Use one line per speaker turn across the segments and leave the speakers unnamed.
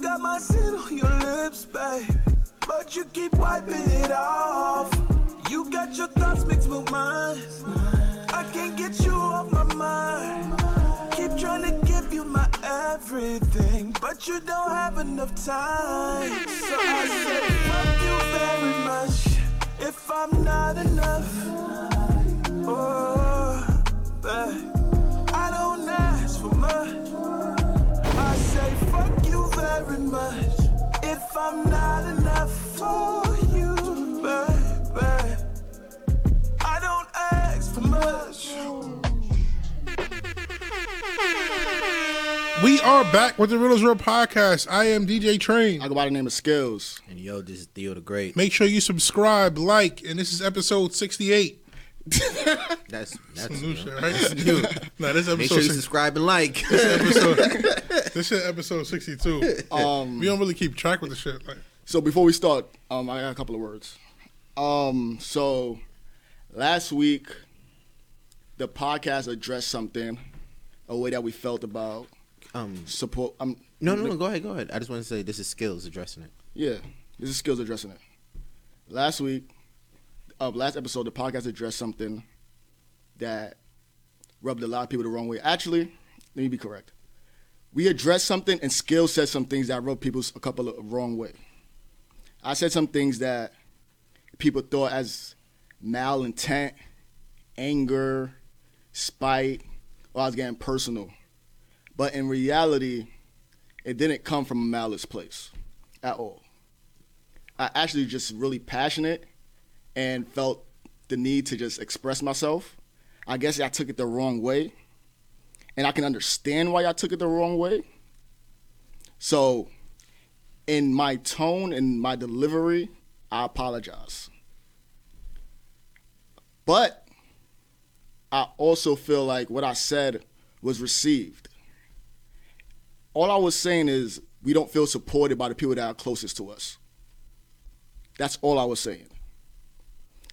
kissing on your lips, babe. But you keep wiping it off. You got your thoughts mixed with mine. I can't get you off my mind. Keep trying to give you my everything, but you don't have enough time. So I said, fuck you very much if I'm not enough. Oh, babe, I don't ask for much. I say fuck you very much if I'm not enough for you, baby. I don't ask for much.
We are back with the Riddles Real Podcast. I am DJ
I
Train.
go by the name of Skills.
And yo, this is Theo the Great.
Make sure you subscribe, like, and this is episode 68.
That's that's
New
you
shit,
know,
right?
new.
Nah, this episode,
Make sure you
six-
subscribe and like.
this shit episode 62.
Um,
we don't really keep track with the shit. Like,
So before we start, um, I got a couple of words. Um, so last week, the podcast addressed something, a way that we felt about
Um,
support. Um,
no, no, no. Go ahead, go ahead. I just want to say this is skills addressing it.
yeah, this is skills addressing it. Last week, uh, last episode, the podcast addressed something that rubbed a lot of people the wrong way. Actually, let me be correct. We addressed something, and Skill said some things that rubbed people a couple of wrong way. I said some things that people thought as malintent, anger, spite, or I was getting personal. But in reality, it didn't come from a malice place at all. I actually just really passionate and felt the need to just express myself. I guess I took it the wrong way. And I can understand why I took it the wrong way. So in my tone and my delivery, I apologize. But I also feel like what I said was received. All I was saying is we don't feel supported by the people that are closest to us. That's all I was saying.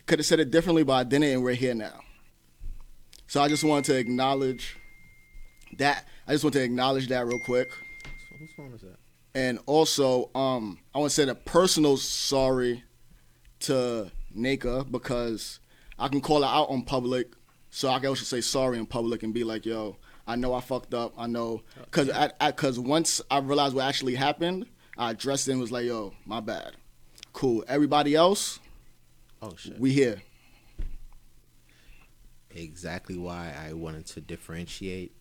Could have said it differently, but I didn't, and we're here now. So I just wanted to acknowledge that. I just want to acknowledge that real quick.
So whose phone is that?
And also, um, I want to send a personal sorry to Nika because I can call her out on public. So I can also say sorry in public and be like, "Yo, I know I fucked up. I know." Because because once I realized what actually happened, I addressed it and was like, "Yo, my bad. Cool. Everybody else,
Oh shit.
we here."
exactly why I wanted to differentiate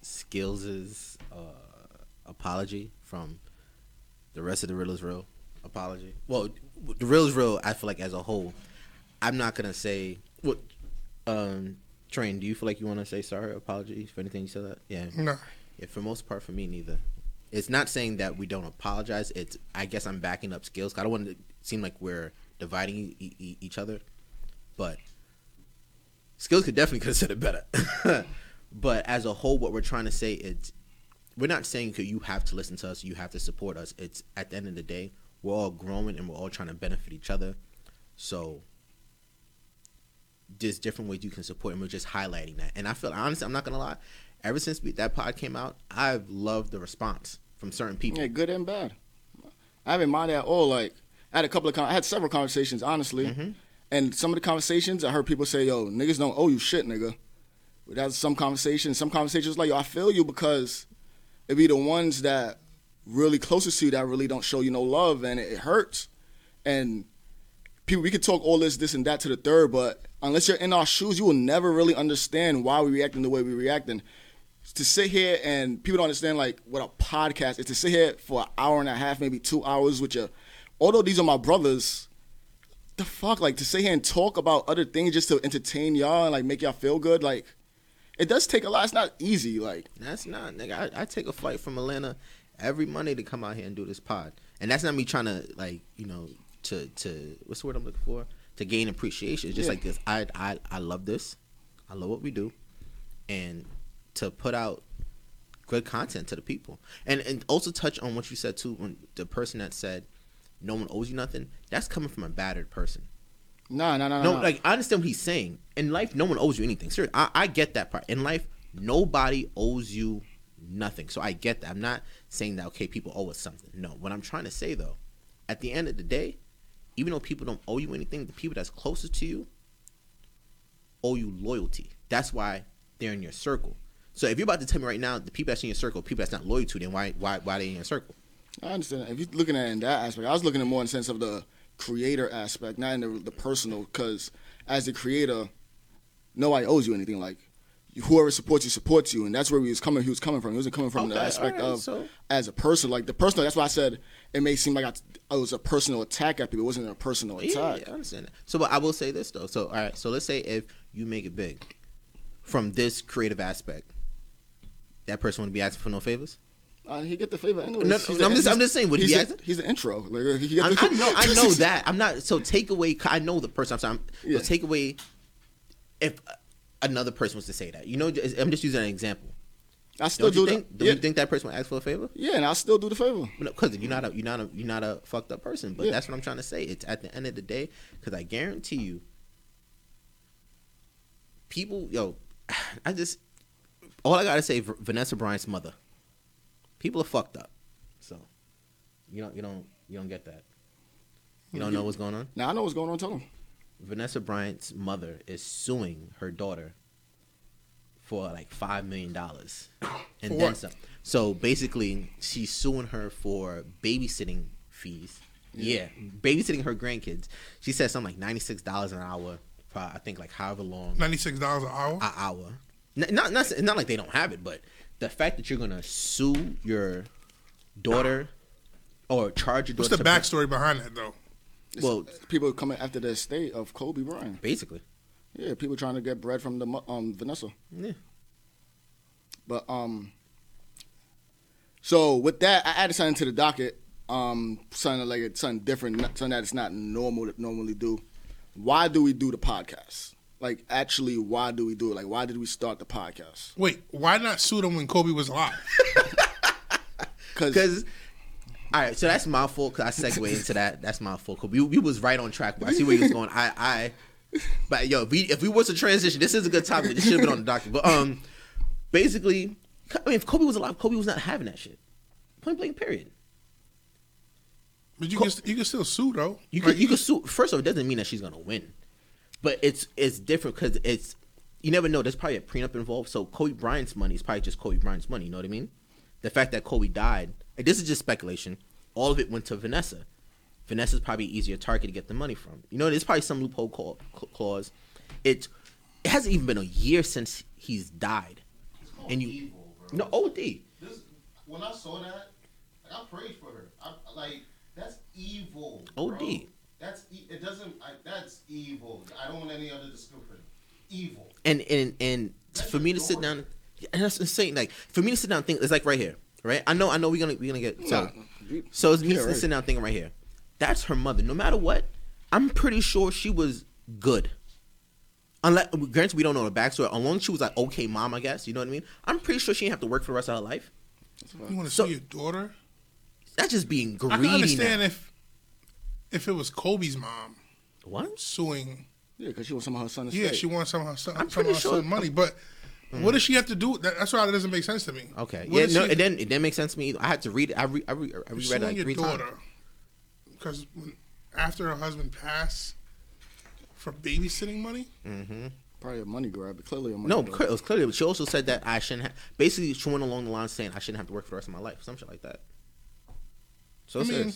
Skills's uh, apology from the rest of the Riddler's Real apology. Well, the Riddler's Real, I feel like as a whole, I'm not gonna say what. Um, Train, do you feel like you want to say sorry, apology for anything you said? That yeah,
nah.
yeah, for most part, for me, neither. It's not saying that we don't apologize. It's I guess I'm backing up skills. I don't want to seem like we're dividing e- e- each other, but skills could definitely could have said it better. but as a whole, what we're trying to say is we're not saying that you have to listen to us, you have to support us. It's at the end of the day, we're all growing and we're all trying to benefit each other. So there's different ways you can support, and we're just highlighting that. And I feel honestly, I'm not gonna lie. Ever since we, that pod came out, I've loved the response from certain people.
Yeah, good and bad. I haven't mind at all. Like I had a couple of, con- I had several conversations, honestly, and some of the conversations I heard people say, "Yo, niggas don't owe you shit, nigga." But that's some conversations. Some conversations like, "Yo, I feel you," because it be the ones that really closest to you that really don't show you no love, and it, it hurts. And people, we could talk all this, this, and that to the third, but unless you're in our shoes, you will never really understand why we reacting the way we reacting to sit here and people don't understand like what a podcast is to sit here for an hour and a half, maybe two hours with your although these are my brothers, the fuck? Like to sit here and talk about other things just to entertain y'all and like make y'all feel good, like it does take a lot. It's not easy, like
That's not, nigga. I, I take a flight from Atlanta every Monday to come out here and do this pod, and that's not me trying to like, you know, to to what's the word I'm looking for? To gain appreciation. It's just
Yeah.
like this. I I I love this. I love what we do, and to put out good content to the people, and and also touch on what you said too. When the person that said no one owes you nothing, that's coming from a battered person.
nah nah nah
No,
nah.
like I understand what he's saying. In life, no one owes you anything. Seriously, I, I get that part. In life, nobody owes you nothing. So I get that. I'm not saying that okay, people owe us something. No. What I'm trying to say though, at the end of the day, even though people don't owe you anything, the people that's closest to you owe you loyalty. That's why they're in your circle. So if you're about to tell me right now the people that's in your circle, people that's not loyal to, then why why why they in your circle?
I understand. that. If you're looking at it in that aspect, I was looking at more in the sense of the creator aspect, not in the, the personal. Because as a creator, nobody owes you anything. Like whoever supports you supports you, and that's where he was coming. He was coming from. He wasn't coming from the
Okay,
aspect
alright,
of
so-
as a person. Like the personal. That's why I said it may seem like I, it was a personal attack at people. It wasn't a personal
Yeah,
attack.
yeah, I understand that. So, but I will say this though. So, all right. So let's say if you make it big from this creative aspect, that person would be asking for no favors.
Uh, he get the favor anyway.
No, no, I'm just- I'm just saying, would he
he's,
ask
the,
it?
he's the intro. Like, uh, he get
I,
the-
I know, I know that. I'm not. So take away. I know the person. I'm sorry. I'm,
Yeah.
So take away if another person was to say that. You know, just- I'm just using an example.
I still
Don't
do
you
that.
think? Do
yeah,
you think that person would ask for a favor?
yeah, and I still do the favor.
because you're not a you're not a you're not a fucked up person. But
Yeah.
that's what I'm trying to say. It's at the end of the day, because I guarantee you, people, yo, I just all I gotta say, V- Vanessa Bryant's mother, people are fucked up. So you don't you don't you don't get that. You don't know what's going on.
Now I know what's going on. Tell him.
Vanessa Bryant's mother is suing her daughter for like five million dollars and
For
then
what?
some. So basically, she's suing her for babysitting fees. Yeah, babysitting her grandkids. She said something like ninety six dollars an hour for I think like however long
Ninety six dollars an hour.
an hour. N- Not not not like they don't have it, but the fact that you're gonna sue your daughter or charge your
What's
daughter.
the
to-
backstory behind that though?
Well,
People coming after the estate of Kobe Bryant.
basically,
Yeah, people trying to get bread from the mo- um Vanessa.
yeah.
But um, so with that, I added something to the docket. Um, something like it's something different, not- something that it's not normal to normally do. Why do we do the podcast? Like, actually, why do we do it? Like, why did we start the podcast?
Wait, why not sue them when Kobe was alive?
Because
Because, all right, so that's my fault. Because I segue into that. That's my fault. 'cause we, we was right on track. But I see where you was going. I, I, but yo, if we if we was to transition, this is a good topic. This should have been on the docket. But um, basically, I mean, if Kobe was alive, Kobe was not having that shit. Point blank. Period.
But you can you can still sue though.
You could you could sue. First of all, it doesn't mean that she's gonna win, but it's it's different because it's you never know. There's probably a prenup involved. So Kobe Bryant's money is probably just Kobe Bryant's money. You know what I mean? The fact that Kobe died, and this is just speculation. All of it went to Vanessa. Vanessa's probably an easier target to get the money from. You know, there's probably some loophole cla- cla- clause. It it hasn't even been a year since he's died, and you
evil, bro.
no OD.
This when I saw that, like, I prayed for her. I, like that's evil.
OD.
bro. That's e- it doesn't. I, that's evil. I don't want any other description. Evil.
and and and
That's
for me to sit down, and that's insane. Like for me to sit down and think, it's like right here, right? I know, I know, we're gonna we're gonna get so.
you-
So it's me
yeah, right.
sitting down thinking right here. That's her mother. No matter what, I'm pretty sure she was good. Unless, granted, we don't know the backstory. As long as she was like okay mom, I guess you know what I mean. I'm pretty sure she didn't have to work for the rest of her life.
You want to
So-
sue your daughter?
That's just being greedy.
I can understand
now.
if if it was Kobe's mom
What?
suing.
yeah, because she was some of her son's.
Yeah,
estate.
she wants some of her son,
I'm
some of
pretty
her
sure- Mm.
son money, but what does she have to do? with That, that's why that doesn't make sense to me.
Okay.
What
yeah.
does
No.
she-
It didn't. It didn't make sense to me. Either. I had to read. it. I re, I, re, I reread
suing
it like
your
three times.
daughter because after her husband passed for babysitting money.
Mm.
probably a money grab. Clearly, a money
No,
grab.
clear- it was clearly. But she also said that I shouldn't. Ha- basically, she went along the line saying I shouldn't have to work for the rest of my life, some shit like that. So
I
it's
mean-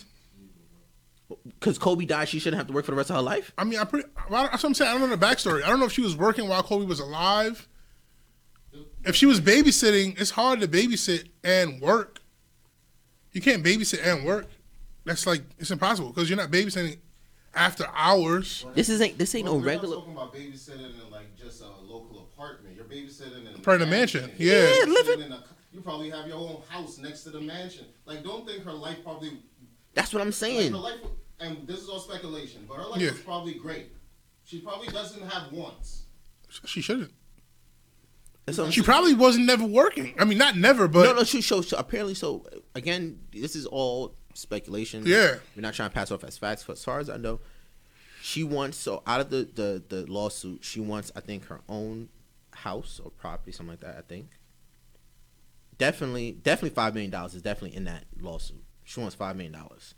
because Kobe died, she shouldn't have to work for the rest of her life.
I mean, I pretty. well, I don't- That's what I'm saying. I don't know the backstory. I don't know if she was working while Kobe was alive. If she was babysitting, it's hard to babysit and work. You can't babysit and work. That's like it's impossible because you're not babysitting after hours.
This isn't. This ain't
Well,
no
we're not
regular.
talking about babysitting in like just a local apartment. You're babysitting in
Probably the mansion, yeah.
You're
Yeah,
living-
babysitting in a- you probably have your own house next to the mansion. Like, don't think her life probably.
That's what I'm
Like,
saying.
her life, and this is all speculation, but her life
Yeah.
was probably great. She probably doesn't have wants.
She shouldn't.
That's what I'm-
She probably wasn't never working. I mean, not never, but
no, no. She shows. So apparently, so again, this is all speculation.
Yeah.
we're not trying to pass off as facts. But as far as I know, she wants. So out of the the the lawsuit, she wants. I think her own house or property, something like that. I think. definitely, definitely five million dollars is definitely in that lawsuit. She wants five million dollars,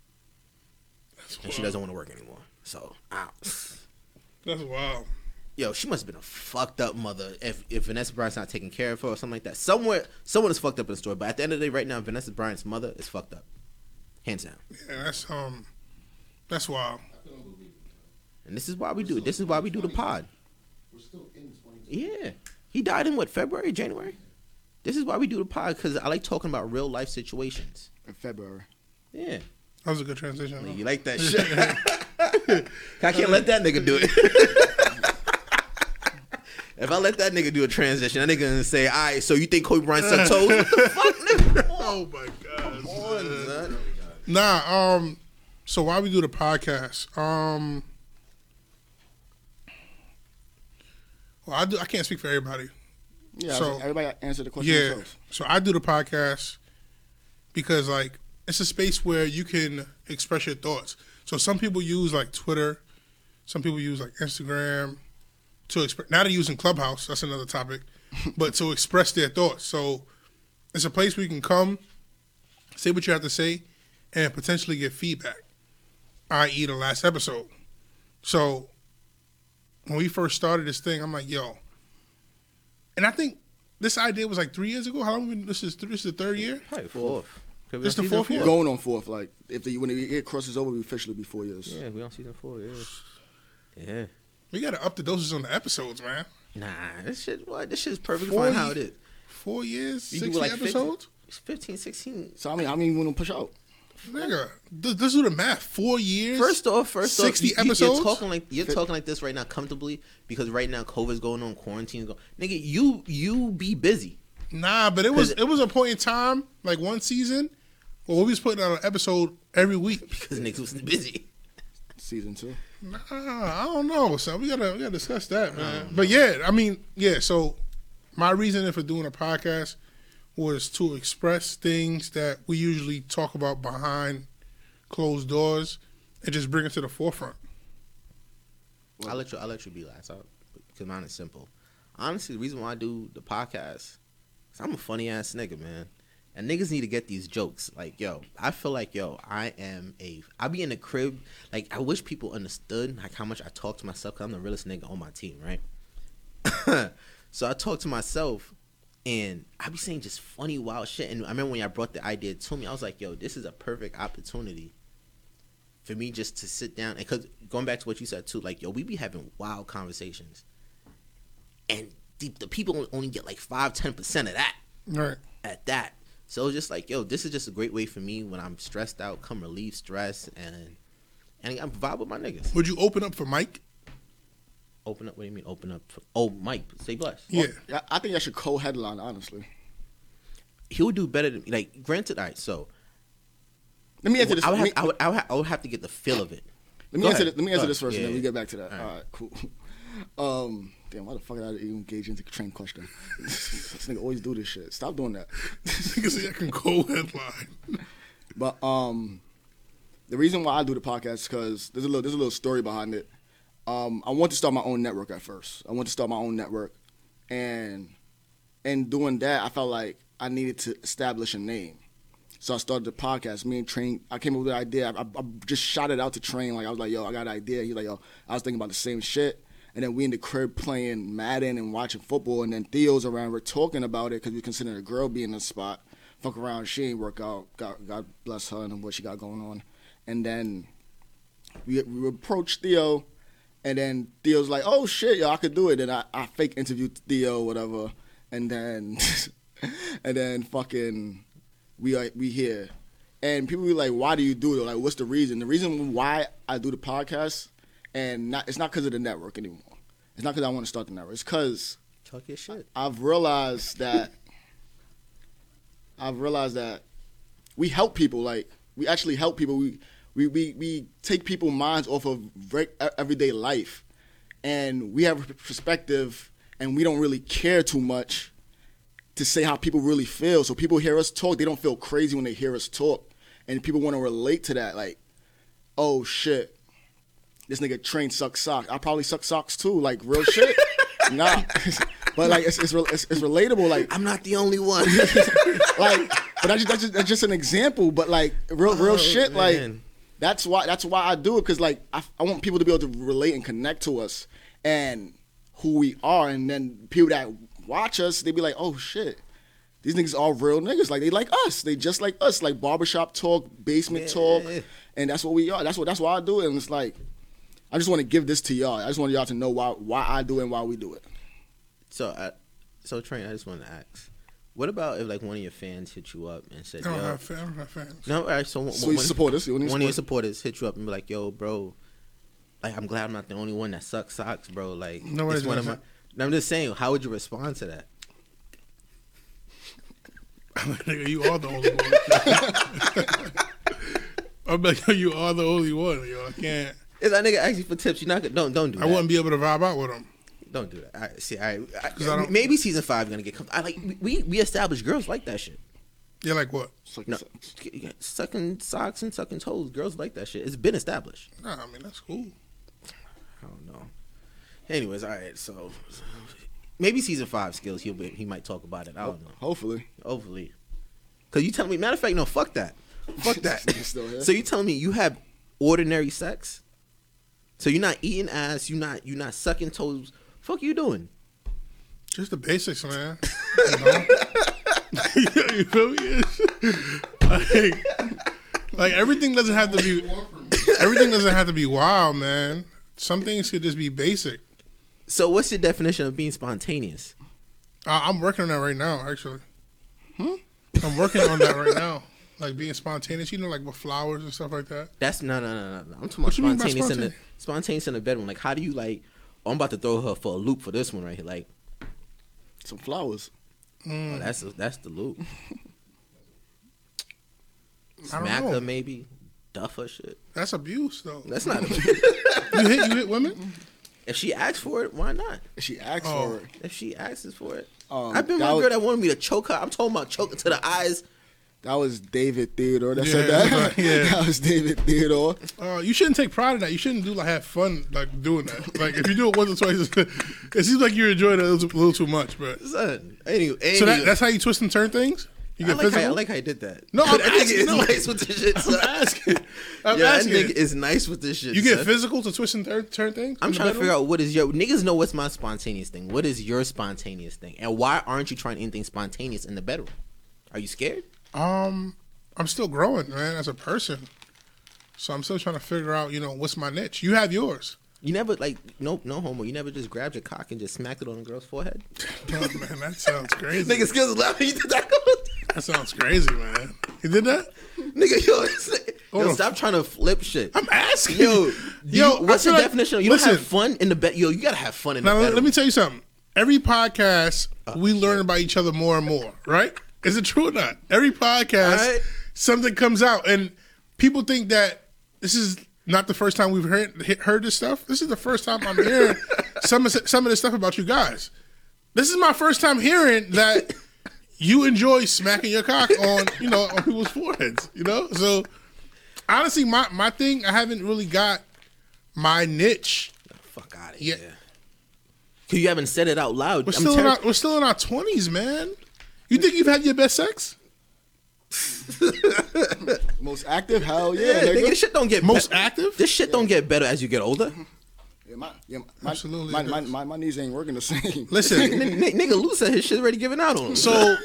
and she doesn't want to work anymore. So, ow.
That's wild.
yo, she must have been a fucked up mother. If if Vanessa Bryant's not taking care of her or something like that, somewhere someone is fucked up in the story. But at the end of the day, right now, Vanessa Bryant's mother is fucked up, hands down.
Yeah, that's um, that's wild.
And this is why we do it. This is why we do the pod.
We're still in 2020.
Yeah. He died in what, February, January? This is why we do the pod because I like talking about real life situations.
in February.
Yeah.
That was a good transition.
Like,
though.
you like that shit? I can't let that nigga do it. if I let that nigga do a transition, that nigga gonna say, all right, so you think Kobe Bryant sucked toes? What the fuck, nigga?
Oh my god.
Come on, son.
Nah, um, so why we do the podcast? Um, well, I do. I can't speak for everybody.
Yeah,
So-
so, everybody answer the question
Yeah.
themselves.
So I do the podcast because like it's a space where you can express your thoughts. So some people use like Twitter, some people use like Instagram to express. Now they're using Clubhouse. That's another topic, but to express their thoughts. So it's a place where you can come, say what you have to say, and potentially get feedback. I.e., e the last episode. So when we first started this thing, I'm like, yo. And I think this idea was like three years ago. How long? we been, this is this is the third year.
Probably fourth. Could be
This
on
the
season
fourth year?
four.
Going on fourth, like if the when it crosses over, we officially be four years.
Yeah, we on season four, yeah. Yeah.
We gotta up the doses on the episodes, man.
Nah, this shit, what? This shit's perfectly
Four
fine how it
ye-
is.
Four years,
You do,
sixty
like, fifty-
episodes,
It's 15, 16.
So I mean, I mean, we don't push out.
nigga. th- Let's do the math. Four years.
First off, first off,
60
you,
episodes?
are talking like you're talking like this right now comfortably because right now COVID's going on, quarantine's going. Nigga, you you be busy.
Nah, but it was
'Cause-
it was a point in time, like one season, where we was putting out an episode every week.
Cause niggas was busy.
Season two.
Nah, Uh, I don't know. So we gotta we gotta discuss that, man. But yeah, I mean, yeah. So my reasoning for doing a podcast was to express things that we usually talk about behind closed doors and just bring it to the forefront.
I'll let you I'll let you be last out because mine is simple. Honestly, the reason why I do the podcast is I'm a funny ass nigga, man. And niggas need to get these jokes. Like, yo, I feel like yo, I am a I be in the crib. Like, I wish people understood like how much I talk to myself. Cause I'm the realest nigga on my team, right? so I talk to myself and I be saying just funny, wild shit. And I remember when y'all brought the idea to me, I was like, yo, this is a perfect opportunity for me just to sit down. And cause going back to what you said too, like, yo, we be having wild conversations. And the, the people only get like 5 10% of that
Right.
at that. So it was just like, yo, this is just a great way for me when I'm stressed out, come relieve stress and and I'm vibe with my niggas.
Would you open up for Mike?
Open up. What do you mean? Open up. For, oh, Mike, say bless.
Yeah.
Yeah, I think I should co-headline honestly.
he would do better than me. Like, granted, all right, so
Let me
I
answer
would,
this.
have,
let me,
I, would, I, would have, I would have to get the feel of it.
let me
go
answer.
ahead.
This, let me
Go
answer this
ahead.
first,
Yeah,
and then we
yeah.
get back to that. All right, cool. Um, damn, why the fuck did I even engage into train question? this nigga always do this shit. Stop doing that.
Nigga say I can go headline.
But um, the reason why I do the podcast because there's a little there's a little story behind it. Um, I want to start my own network at first. I want to start my own network, and in doing that, I felt like I needed to establish a name. So I started the podcast. Me and Train, I came up with an idea. I, I, I just shot it out to Train. Like I was like, "Yo, I got an idea." He's like, "Yo, I was thinking about the same shit." And then we in the crib playing Madden and watching football. And then Theo's around. We're talking about it because we consider a girl being in the spot. Fuck around. She ain't work out. God, God bless her and what she got going on. And then we, we approached Theo, and then Theo's like, "Oh shit, yo, I could do it." And I, I fake interviewed Theo, whatever, and then and then fucking we are we here, and people be like, "Why do you do it?" Or like, what's the reason? The reason why I do the podcast, and not it's not because of the network anymore. It's not because I want to start the network. It's because
Talk your shit.
I've realized that I've realized that we help people. Like we actually help people. We we we, we take people minds off of re- e, everyday life, and we have a perspective, and we don't really care too much to say how people really feel. So people hear us talk, they don't feel crazy when they hear us talk, and people want to relate to that. Like, oh shit, this nigga train sucks socks. I probably suck socks too. Like real shit. nah, but like it's it's, re- it's it's relatable. Like
I'm not the only one.
like, but that's just, that's just that's just an example. But like real real
Oh,
shit. Like
man.
that's why that's why I do it because like I, I want people to be able to relate and connect to us and who we are, and then people that watch us they be like, oh shit. These niggas all real niggas. Like they like us. They just like us. Like barbershop talk, basement talk,
Yeah.
and that's what we are. That's what that's why I do it. And it's like, I just want to give this to y'all. I just want y'all to know why why I do it and why we do it.
So, I, so Train, I just want to ask, what about if like one of your fans hit you up and said,
I don't
"Yo,
have fans. I don't have fans.
no, all right, so, one-
So
one,
you support us. You
one
want to
of your
support-
supporters hit you up and be like, "Yo, bro, like I'm glad I'm not the only one that sucks socks, bro. Like,
No
it's
worries,
one of my."
man.
And I'm just saying, how would you respond to that?
I'm like, nigga, you are the only one. I'm like, yo, you are the only one, yo. I can't.
If that nigga asks you for tips, you're not gonna don't don't do
I
that.
wouldn't be able to vibe out with him.
Don't do that. I, see, I, I,
'Cause I don't-
maybe season five gonna get. com- I like we we established girls like that shit.
Yeah, like what?
No, sucking socks and sucking toes. Girls like that shit. It's been established.
Nah, I mean that's cool.
I don't know. Anyways, all right. So maybe season five skills. He'll be, he might talk about it. I don't know.
Hopefully.
Hopefully, because you telling me. Matter of fact, no. Fuck that. Fuck that.
It's still here.
so you telling me you have ordinary sex? So you're not eating ass. You not you not sucking toes. Fuck you doing?
Just the basics, man. You, know? you feel me? like, like everything doesn't have to be
More from me.
everything doesn't have to be wild, man. Some things could just be basic.
So what's your definition of being spontaneous?
Uh, I'm working on that right now, actually. I'm working on that right now. Like being spontaneous, you know, like with flowers and stuff like that.
That's no, no, no, no, no. I'm talking about
What you mean by
spontaneous in the spontaneous in the bedroom. Like, how do you like? Oh, I'm about to throw her for a loop for this one right here. Like,
Some flowers.
oh, that's that's the loop.
I don't
Smack
know.
her maybe, duff her shit.
That's abuse, though.
That's not.
you hit you hit women.
if she asks for it, why not?
She asked
Oh.
for it.
If she asks for it,
Um,
I've been
that
my
was-
girl that wanted me to choke her. I'm talking about choke her to the eyes.
That was David Theodore that said
Yeah,
that.
yeah.
That was David Theodore.
Uh, you shouldn't take pride in that. You shouldn't do like have fun like doing that. Like if you do it once or twice, it seems like you're enjoying it a little, a little too much. But
Son, anyway, anyway.
so that, that's how you twist and turn things. You
I
get
like, how, I
physical.
like how you did that.
No, I'm
That nigga
asking-
is
no.
nice with this shit. son.
I'm asking. I'm
Yeah, that
asking.
nigga is nice with this shit.
you get
son.
physical to twist and turn, turn things.
I'm
in the
trying to
bedroom?
figure out what is your niggas know what's my spontaneous thing. What is your spontaneous thing, and why aren't you trying anything spontaneous in the bedroom? Are you scared?
Um, I'm still growing, man, as a person. So I'm still trying to figure out, you know, what's my niche. You have yours.
You never like no no homo. You never just grabbed your cock and just smacked it on a girl's forehead.
Oh, man, that sounds crazy.
Nigga skills laughing. You did that,
That sounds crazy, man. You did that?
nigga. Yo, it's-
Hold
yo
on.
stop trying to flip shit.
I'm asking.
yo, yo.
I
what's the
feel like-
definition? of You don't have fun in the bed. Yo, you gotta have fun in
Now
the
let,
bedroom.
let me tell you something. Every podcast, we learn about each other more and more, right? Is it true or not? Every podcast,
Alright.
something comes out, and people think that this is not the first time we've heard he- heard this stuff. This is the first time I'm hearing some of some of this stuff about you guys. This is my first time hearing that you enjoy smacking your cock on you know on people's foreheads. You know, so honestly, my my thing, I haven't really got my niche.
Fuck out of
Yeah.
here. Cause you haven't said it out loud.
We're
I'm
still in
terri-
our, we're still in our twenties, man. You think you've had your best sex?
Most active? Hell yeah.
yeah,
nigga.
nigga, this shit don't get
Most
bet-
active?
This shit don't get better as you get older.
Yeah, my, yeah, my,
Absolutely
My,
it
my,
does.
my, my knees ain't working the same.
N-
Listen,
n- nigga, Lou said his shit already giving out on him.
so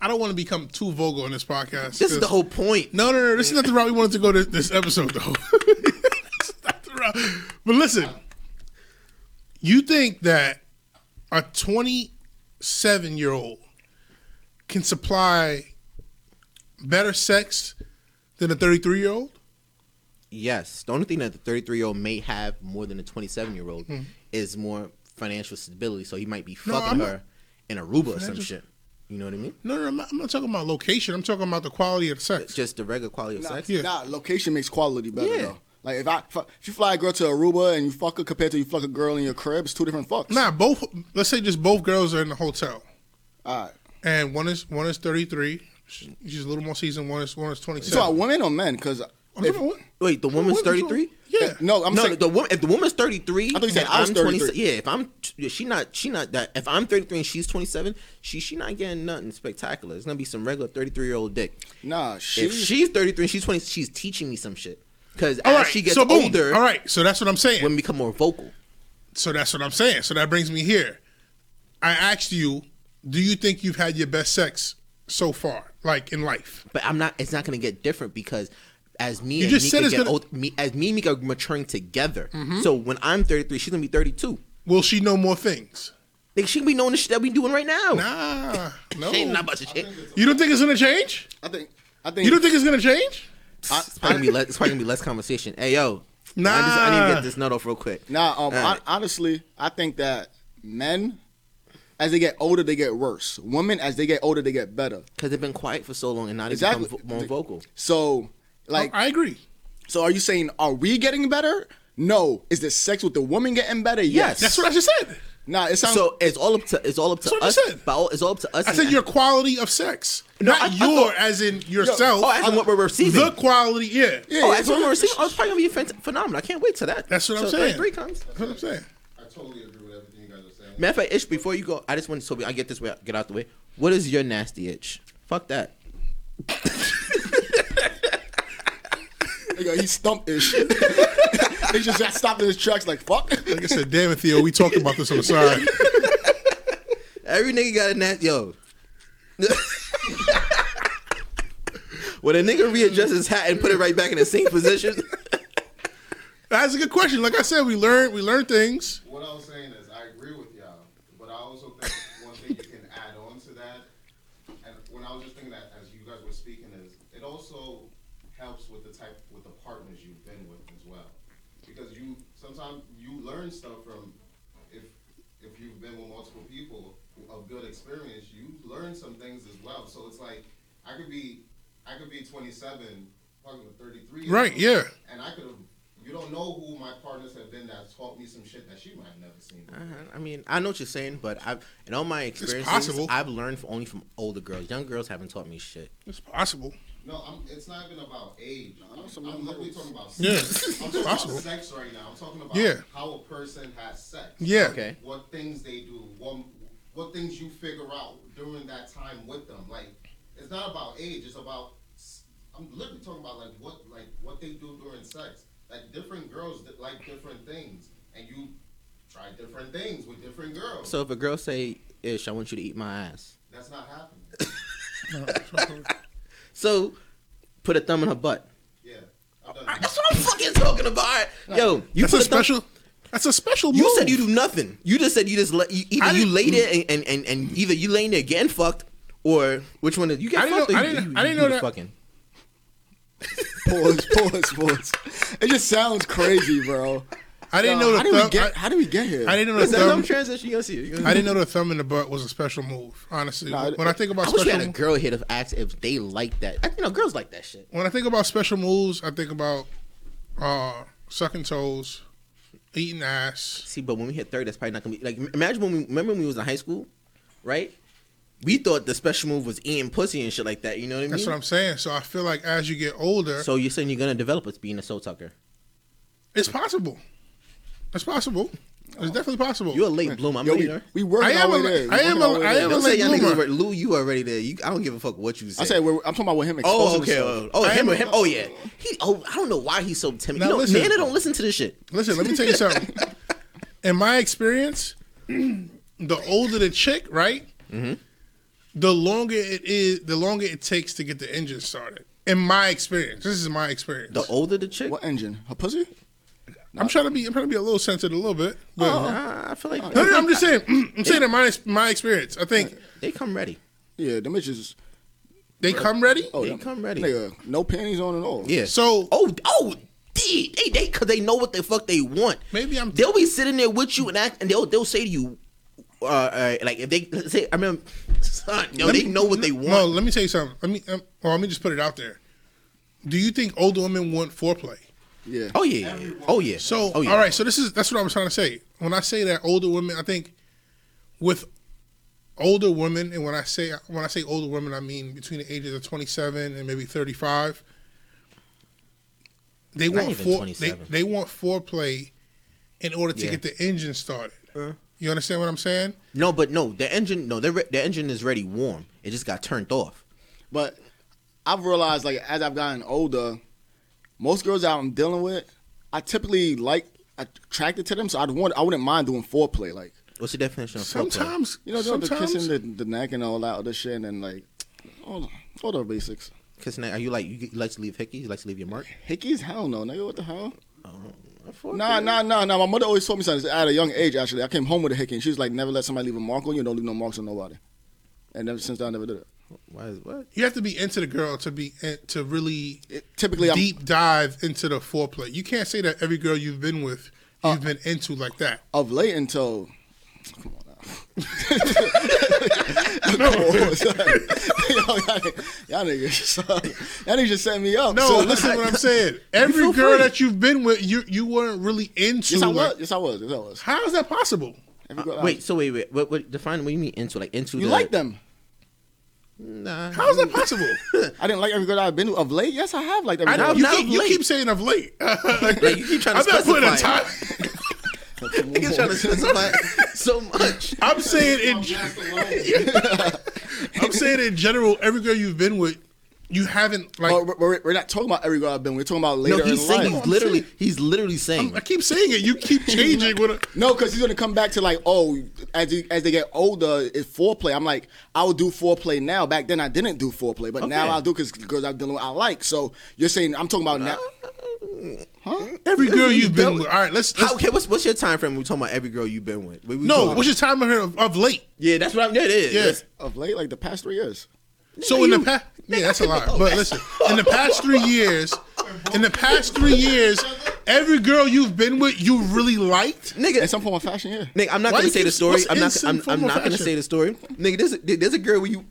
I don't want to become too vocal on this podcast.
this is the whole point.
No, no, no. This is not the route we wanted to go this, this episode, though. It's not the route. But listen, you think that a 27 year old can supply better sex than a 33 year old?
Yes, the only thing that the 33 year old may have more than a 27 year old is more financial stability. So he might be
Hmm. No,
fucking
I'm not-
her in Aruba or some
Financial-
shit. You know what I mean?
No, no, I'm not, I'm not talking about location. I'm talking about the quality of sex.
Just the regular quality of
Nah,
sex.
Yeah.
nah, location makes quality better
Yeah.
though. Like if I if you fly a girl to Aruba and you fuck her compared to you fuck a girl in your crib, it's two different fucks.
Nah, both. Let's say just both girls are in the hotel,
All right.
and one is one is thirty three. She's a little more seasoned. One is one is twenty
So are
seven.
women or men? Because
I'm talking about what? Oh,
Wait, the woman's
What- what-
thirty three.
Yeah.
No, I'm
no,
saying
the woman. If the woman's thirty three,
I thought you said I was 33.
Yeah, if I'm, t- she not, she not that. If I'm thirty three and she's twenty seven, she she not getting nothing spectacular. It's gonna be some regular thirty three year old dick.
nah.
if
She's,
she's thirty three and she's twenty, she's teaching me some shit. Because
All
as
right.
she gets
so boom.
older,
All right. So that's what I'm saying.
women become more vocal.
So that's what I'm saying. So that brings me here. I asked you, do you think you've had your best sex so far, like in life?
But I'm not. It's not gonna get different because as me
You
and
just
Mika
said it's
get
gonna-
old, me, as me and Mika are maturing together. So when I'm thirty three, she's gonna be thirty two.
Will she know more things?
Like she can be knowing the shit that we doing right now.
Nah, no.
She ain't not about to shit.
You don't think it's gonna change?
I think. I think.
You don't think it's gonna change?
It's probably gonna be less, it's probably gonna be less conversation. Hey yo, I, just, I need to
Nah.
get this nut off real quick.
Nah, um,
All
hon- honestly, I think that men, as they get older, they get worse. Women, as they get older, they get better.
because they've been quiet for so long and now they
Exactly.
become vo- more vocal.
So, like,
I agree.
so are you saying are we getting better? No. Is the sex with the woman getting better? Yes.
That's what I just said.
Nah, it sounds.
So it's all up to it's all up to
That's what I
us.
said.
But all- it's all up to us.
I said
and-
your quality of sex,
I- I
not your
thought-
as in yourself.
Oh, as in what we're receiving.
the quality, yeah.
Yeah,
oh,
yeah,
as what we're receiving. Oh, it's probably gonna be a phant- phenomenon. I can't wait till that.
That's what I'm
So
saying.
Three comes.
That's what I'm saying.
I totally agree with everything you guys are saying.
Matter of fact, Ish, before you go, I just want to Toby. I get this way, get out the way. What is your nasty itch? Fuck that.
Nigga, he stumped his shit. he just got stopped in his tracks like, fuck.
Like I said, damn it, Theo, we talked about this on the side.
Every nigga got a nasty yo. when a nigga readjusts his hat and put it right back in the same position.
That's a good question. Like I said, we learned we learned things.
What I was saying is, I agree with y'all, but I also think one thing you can add on to that, and when I was just thinking that as you guys were speaking, is it also helps with the type with the partners you've been with as well, because you sometimes you learn stuff from if if you've been with multiple people of good experience, you learn some things as well. So it's like I could be I could be 27, fucking with 33,
Right, yeah.
and I could have. You don't know who my partners have been that taught me some shit that she might have never seen. before.
Uh-huh. I mean, I know what you're saying, but I've in all my experiences,
possible.
I've learned from, only from older girls. Young girls haven't taught me shit.
It's possible.
No, I'm, it's not even about age. I'm,
some
I'm literally talking about sex.
Yeah,
I'm talking
possible.
about sex right now. I'm talking about
Yeah.
how a person has sex.
Yeah.
Okay.
What things they do. What, what things you figure out during that time with them. Like, it's not about age. It's about. s- I'm literally talking about like what like what they do during sex. Like different girls that like different things, and you try different things with different girls.
So if a girl say, "Ish, I want you to eat my ass,"
That's not happening.
so put a thumb in her butt.
Yeah. I've done that.
That's what I'm fucking talking about. All right. Yo, you
That's
put
a
a thumb-
special. That's a special.
You
move.
said you do nothing. You just said you just let you,
I
either you
didn't-
laid there and, and, and, and either you laying there getting fucked or which one is you
I
get
didn't
fucked
know-
or
I
you,
didn't-
you-
I didn't
you
know
do the
that.
fucking.
pause, pause, pause. It just sounds crazy, bro.
I didn't know
how
the
did we
thumb.
get?
I,
how did we get here?
I didn't know
Is
the
that some
thumb.
transition? You gonna see it. You gonna-
I didn't know the thumb in the butt was a special move. Honestly,
Nah,
when I think about
I wish we had
special,
a
mo-
girl here to ask if they like that. I, you know, girls like that shit.
when I think about special moves, I think about uh, sucking toes, eating ass.
See, but when we hit thirty, that's probably not gonna be like. Imagine when we remember when we was in high school, right? We thought the special move was eating pussy and shit like that. You know what I mean?
That's what I'm saying. So I feel like as you get older,
So you're saying you're gonna develop us being a soul tucker?
it's possible. It's possible. It's definitely possible.
You're a late bloomer. I'm
Yo,
ready.
we,
there.
we working
I am
our way
a-
there. We
I am
working our
a-
way
I
there.
am
Don't
a
say
late
y'all niggas
bloomer.
were Lou. You already there. You, I don't give a fuck what you say.
I said we're, I'm talking about with him.
Oh,
exposing
okay.
himself.
Oh, oh,
I
him,
am-
him. Oh, yeah. He. Oh, I don't know why he's so timid.
Now,
you know,
listen.
Nana don't listen to this shit.
Listen, let me tell you something. In my experience, the older the chick, right?
Mm-hmm.
The longer it is, the longer it takes to get the engine started. In my experience, this is my experience.
The older the chick,
What engine? Her pussy?
I'm trying to be, I'm trying to be a little sensitive, a little bit. But
Nah, uh, I feel like
no, no, no, I'm just saying. I'm saying in my my experience, I think
they come ready.
Yeah, them bitches.
they come ready.
Oh,
They
them-
come ready.
Nigga, no panties on at all.
Yeah.
So-
oh oh. They, they, they, cause they know what the fuck they want.
Maybe I'm-
They'll be sitting there with you and act, and they'll they'll say to you, uh, uh like if they let's say, I mean, son, yo, they know what they want.
No, let me tell you something. Let me, um, well, let me just put it out there. Do you think older women want foreplay?
Yeah.
Oh yeah, yeah, oh yeah.
So,
oh, yeah.
all right. So this is that's what I was trying to say. When I say that older women, I think with older women, and when I say when I say older women, I mean between the ages of twenty seven and maybe thirty five. They
Not
want
even
for, they,
27.
they want foreplay in order to
Yeah.
get the engine started.
Uh-huh.
You understand what I'm saying?
No, but no, the engine. No, the re- the engine is ready warm. It just got turned off.
But I've realized, like, as I've gotten older, most girls that I'm dealing with, I typically like attracted to them, so I'd want, I wouldn't mind doing foreplay, like,
What's the definition of foreplay?
Sometimes
you know, the
sometimes
kissing the, the neck and all that other shit, and then like, all, all the basics.
Kissing that? Are you like you, you like to leave hickeys? You like to leave your mark?
Hickeys, hell no, nigga, what the hell?
Foreplay.
Nah, nah, nah, nah. My mother always told me something at a young age. Actually, I came home with a hickey, and she was like, "Never let somebody leave a mark on you. Don't leave no marks on nobody." And ever since then, I never did it.
Why is what?
you have to be into the girl to be in, to really
It- typically, I'm-
deep dive into the foreplay. You can't say that every girl you've been with
Uh,
you've been into like that.
Of late until, come on now. Come on, son. Yo, y'all, niggas- y'all niggas, son. y'all niggas just set me up.
No,
So,
listen
like,
what I'm saying. Every
feel
girl
free.
that you've been with, you you weren't really into.
Yes, I
like-
was. Yes, I was. Yes, I was.
how is that possible?
Every girl-
Wait, so wait, wait, what, what? Define what do you mean into? Like into?
you
the,
like them?
Nah.
How is that possible?
I didn't like every girl that I've been with. Of late, yes, I have liked every
I,
girl.
you,
not
keep, you
late.
keep saying of late.
Like, you keep trying to
I'm not putting a
specify.
time.
You're trying to specify so much.
I'm saying in
That's alone.
I'm saying in general, every girl you've been with, you haven't like.
Oh, we're, we're not talking about every girl I've been with. We're talking about later
no,
in
he's saying
life.
he's literally he's literally saying
I keep saying it. You keep changing. What? a-
No, because he's gonna come back to like, oh, as you, as they get older, it's foreplay. I'm like, I would do foreplay now. Back then, I didn't do foreplay, but now
Okay.
I'll do because girls I'm dealing with, I like. So you're saying I'm talking about now?
Every girl you've been
That-
with. All right, let's. let's
How, okay, what's what's your time frame? We're talking about every girl you've been with. We- we
no,
talking-
what's your time of, of, of late?
yeah, that's what I'm. That is.
Yeah.
That's-
Of late, like the past three years.
So in the past, yeah, that's a lot. But listen, in the past three years, in the past three years, every girl you've been with, you really liked.
In
nigga.
some form of fashion, yeah.
Nigga, I'm not
Why
gonna
you
say
keep-
the story.
what's
I'm not.
instant
I'm, I'm
form of
not gonna
fashion?
say the story. Nigga, there's a, there's a girl where you,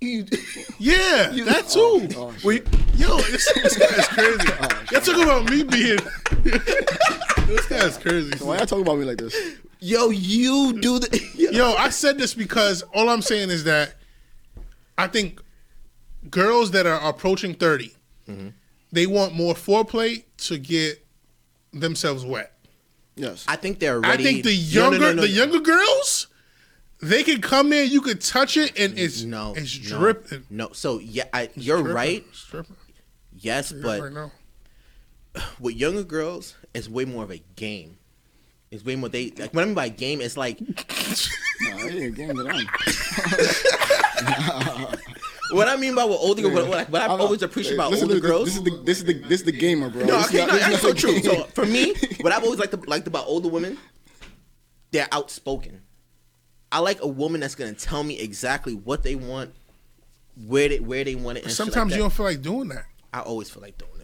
you
Yeah, that too.
where you,
Yo, this, this guy's crazy. Y'all talking about me being. this guy's crazy.
Why y'all talking about me like this?
yo, you do the. Yo,
Yo, I said this because all I'm saying is that I think girls that are approaching 30, Mm-hmm. they want more foreplay to get themselves wet.
Yes.
I think they're ready.
I think the
No,
younger
no, no, no.
the younger girls, they can come in, you could touch it, and it's
No,
it's
no,
dripping.
No, so yeah, I, you're
Dripping,
right.
dripping.
Yes, but
right now.
with younger girls, it's way more of a game. It's way more they like. What I mean by game, it's like
Nah, it ain't game that I'm.
what I mean by what older girls. What, what, I- what I've
I'm-
always appreciated about
Listen,
older
this,
girls.
This is the this is the this is the gamer, bro.
No,
This is
okay,
not-
no,
this is
that's
not
so
the
true.
game.
So for me, what I've always liked to, liked about older women, they're outspoken. I like a woman that's gonna tell me exactly what they want, where they where they want it. And
Sometimes you don't feel like doing that.
I always feel like doing it.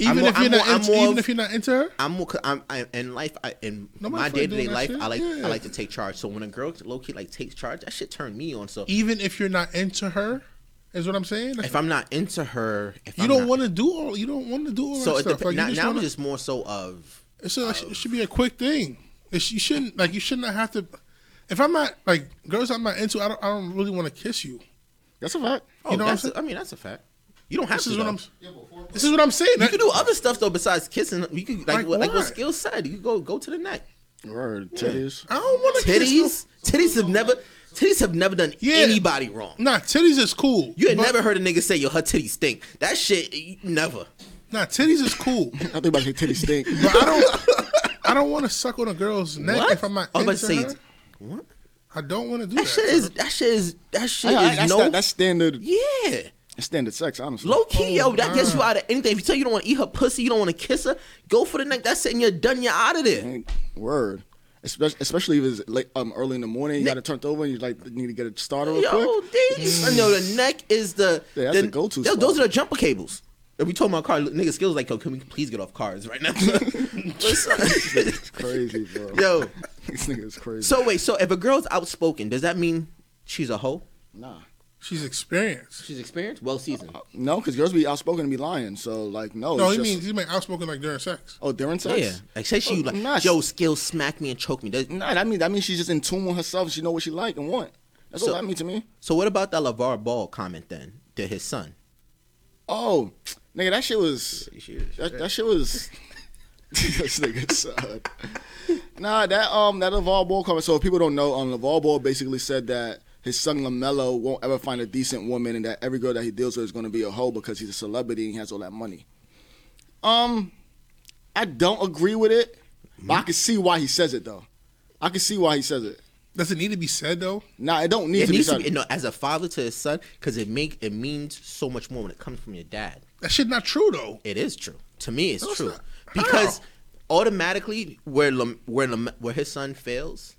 Even
I'm more-
if you're
I'm
not
more- I'm
into,
more
even
of-
if you're not into her,
I'm more. I'm, I, in life. I, in
Nobody
my
feel like
day to day
doing that
life,
shit.
I like
Yeah.
I like to take charge. So when a girl low key like takes charge, that shit turned me on. So
even if you're not into her, is what I'm saying.
if I'm not into her, if
you
I'm
don't
not-
want to do all, you don't want to do all
So
that
it
stuff.
dep-
Like, you
now,
just
now I'm
wanna-
just more so of
It's a, it should be a quick thing. It's, you shouldn't like you shouldn't have to. If I'm not like girls, I'm not into. I don't. I don't really want to kiss you.
That's a fact.
oh,
You know what I'm
that's
saying?
a, I mean that's a fact. You don't have
This
to.
is
though.
what I'm.
Yeah, but foreplay-
This is what I'm saying.
You can do other stuff though besides kissing. You could like
Like
what, like what
what?
skill said. You go go to the neck.
Word, titties.
I don't want to kiss.
Titties, titties have never titties have never done
Yeah.
anybody wrong.
No. Nah, titties is cool.
You had
but-
never heard a nigga say yo her titties stink. That shit you- never.
Nah, titties is cool.
I think about to say titties stink.
but I don't. I don't want to suck on a girl's neck
What?
if I'm not
I was
into
about to say
her.
what?
I don't want to do
That
that.
shit is that shit is that shit
Yeah,
is
that's,
no.
that- that's standard
yeah.
standard sex, honestly.
Low key,
Oh,
yo, that gets you
nah.
out of anything. If you tell you don't want to eat her pussy, you don't want to kiss her, go for the neck. That's it, and you're done. You're out of there.
Word. Especially, especially if it's late, um, early in the morning, you got it turned over, and you like need to get it started real
Yo,
quick. Mm.
these, no, the neck is the.
Yeah, that's
the
a go-to
Those,
spot.
those are the jumper cables. If we told my car, nigga, skills like, yo, can we please get off cars right now? Listen.
It's crazy, bro.
yo,
this nigga is crazy.
so wait, so if a girl's outspoken, does that mean she's a hoe?
nah,
She's experienced.
She's experienced, well seasoned.
no, because girls be outspoken and be lying. So like, no,
No,
it's
he
just,
means he meant outspoken like during sex.
oh during sex.
Yeah, like say she
Oh,
like,
nah,
yo,
she-
skills smack me and choke me. Does-
Nah, that mean that means she's just in tune with herself. She know what she like and want. That's
So-
all that mean to me.
So what about that LeVar Ball comment then to his son?
Oh, Nigga, that shit was. That, that shit was. this nigga suck. Nah, that um that Laval Ball comment. So if people don't know, um Laval Ball basically said that his son Lamelo won't ever find a decent woman, and that every girl that he deals with is going to be a hoe because he's a celebrity and he has all that money. Um, I don't agree with it, but
Mm-hmm.
I can see why he says it though. I can see why he says it.
Does it need to be said though?
Nah, it don't need
It
to be.
needs to
said.
be no, as a father to his son because it make it means so much more when it comes from your dad.
That shit not true though.
It is true. To me, it's
No, it's
true
not.
because
How?
automatically where Lam, where Lam, where his son fails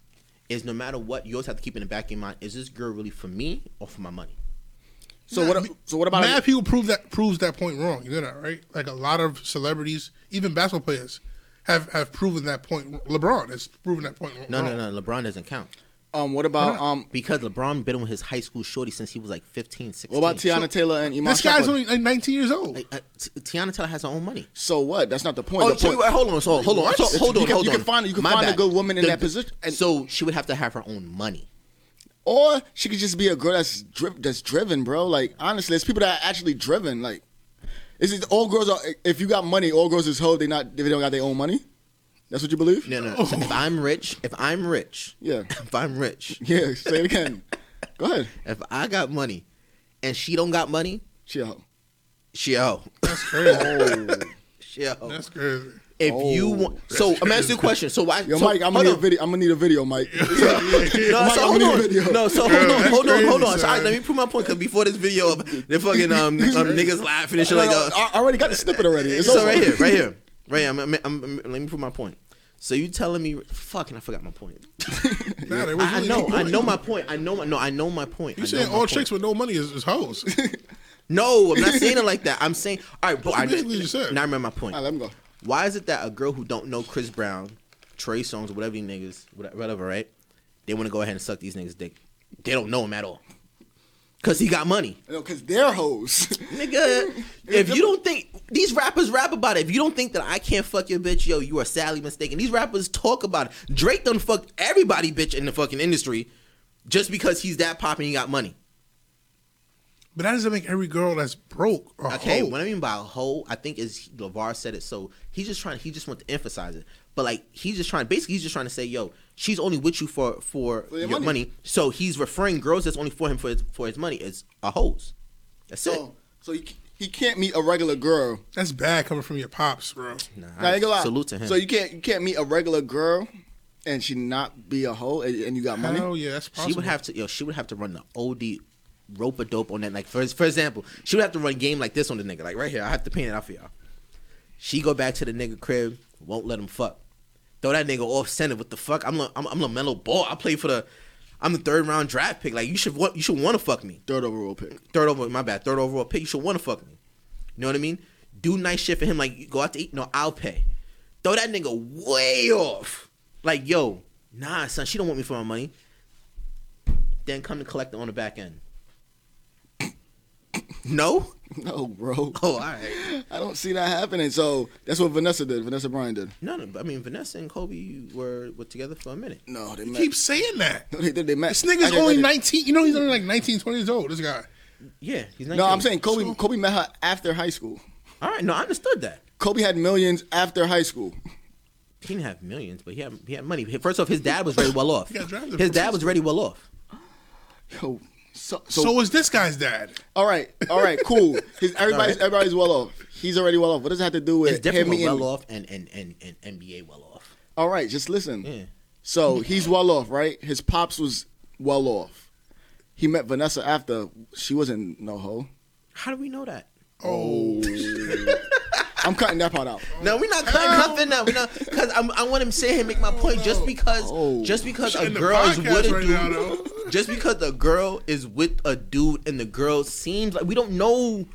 is no matter what you always have to keep in the back of your mind: is this girl really for me or for my money?
so what? So what about?
Mad people prove that proves that point wrong. You know that, right? Like a lot of celebrities, even basketball players, have have proven that point. LeBron has proven that point
No,
wrong.
no, no. LeBron doesn't count
um? What about um?
because LeBron been with his high school shorty since he was like 15, 16.
What about Tiana Taylor and Iman?
This guy's
Shumpert?
only like 19 years old.
Like, uh, T- Tiana Taylor has her own money.
So what? That's not the point.
Oh,
the
so
point
wait, hold on, so, hold on,
What?
so, hold
You
on,
can-
hold
you
on.
can find- you can
My
find a
bad.
good woman in
The-
that position, and-
so she would have to have her own money.
or she could just be a girl that's dri- that's driven, bro. Like honestly, it's people that are actually driven. Like, is it all girls? Are, if you got money, all girls is hoe. They not they don't got their own money. That's what you believe?
No, no. So if I'm rich, if I'm rich,
Yeah.
if I'm rich,
Yeah. Say it again. Go ahead.
if I got money, and she don't got money,
She a hoe.
she a hoe.
That's crazy.
she a hoe.
That's crazy.
If you want, so I'm asking you a question. So why?
Yo,
so,
Mike, I'm gonna
hold
need a
on.
video. I'm gonna need a video, Mike.
No,
Mike,
so
I'm
hold
gonna need a
on.
video.
No, so hold on,
that's
hold on, hold
crazy,
on. So, all right,
son.
let me prove my point because before this video, of the fucking um, um niggas laughing and shit like that.
I I already got the snippet already. It's
so
over.
right here, right here, right here. I'm, I'm, I'm, I'm- let me prove my point. So you telling me? Fucking, I forgot my point.
Nah, there was
I, I
really
know,
no
I
point.
know my point. I know, my, no, I know my point.
You
I know
saying
my
all
point.
chicks with no money is, is hoes?
No, I'm not saying it like that. I'm saying, all right, but I,
That's basically what you said.
now I remember my point.
All right, let me go.
Why is it that a girl who don't know Chris Brown, Trey Songs, whatever you niggas, whatever, whatever right? They want to go ahead and suck these niggas' dick. They don't know him at all. Cause he got money,
No, cause they're hoes.
nigga. If you don't think these rappers rap about it, if you don't think that I can't fuck your bitch, yo, you are sadly mistaken. These rappers talk about it. Drake done fucked everybody, bitch, in the fucking industry, just because he's that popping, he got money.
but that doesn't make every girl that's broke a
Okay,
hoe.
what I mean by whole, I think is Lavar said it. So he's just trying. He just wanted to emphasize it. But like he's just trying. Basically, he's just trying to say, yo, she's only with you for for,
your
your
money.
money. So he's referring girls that's only for him for his, for his money is a hoes. That's
so, so he, he can't meet a regular girl.
That's bad coming from your pops, bro.
it. Nah,
Nah, ain't gonna lie.
salute to him.
So you can't you can't meet a regular girl and she not be a hoe and, and you got money.
Hell yeah, that's possible.
she would have to. Yo, she would have to run the OD rope a dope on that. Like for for example, she would have to run game like this on the nigga. Like right here, I have to paint it out for y'all. She go back to the nigga crib, won't let him fuck. Throw that nigga off center. What the fuck? I'm i I'm, I'm Lamelo Ball. I play for the. I'm the third round draft pick. Like you should want you should want to fuck me.
Third overall pick.
Third over my bad. Third overall pick. You should want to fuck me. You know what I mean? Do nice shit for him. Like you go out to eat. No, I'll pay. Throw that nigga way off. Like yo, nah, son. She don't want me for my money. Then come to collect it on the back end. No.
No, bro.
Oh, all right.
I don't see that happening. So that's what Vanessa did. Vanessa Bryan did.
No, no. but I mean, Vanessa and Kobe were were together for a minute.
No, they
You
met.
keep saying that.
no, they did. They met.
This
I
nigga's
did- I
only
did.
19. You know he's only like 19, 20 years old. This guy.
Yeah, he's not.
No, I'm saying Kobe. Kobe met her after high school.
All right. No, I understood that.
Kobe had millions after high school.
He didn't have millions, but he had he had money. First off, his dad was very well off.
He got drafted from
His dad was very well off.
Yo, so, so,
So, is this guy's dad.
all right, all right, cool. His, everybody's everybody's well off. He's already well off. What does it have to do with
It's different
him
from
meeting-
well off and, and, and, and NBA well off.
All right, just listen.
Yeah.
So he's well off, right? His pops was well off. He met Vanessa after she wasn't no hoe.
How do we know that?
Oh.
I'm cutting that part out.
No, we're not cutting nothing out. We're not because I want him to sit here and make my point. Just because,
Oh.
just because a
In the
girl is
podcast
with a
right
dude,
now, though.
just because a girl is with a dude and the girl seems like we don't know.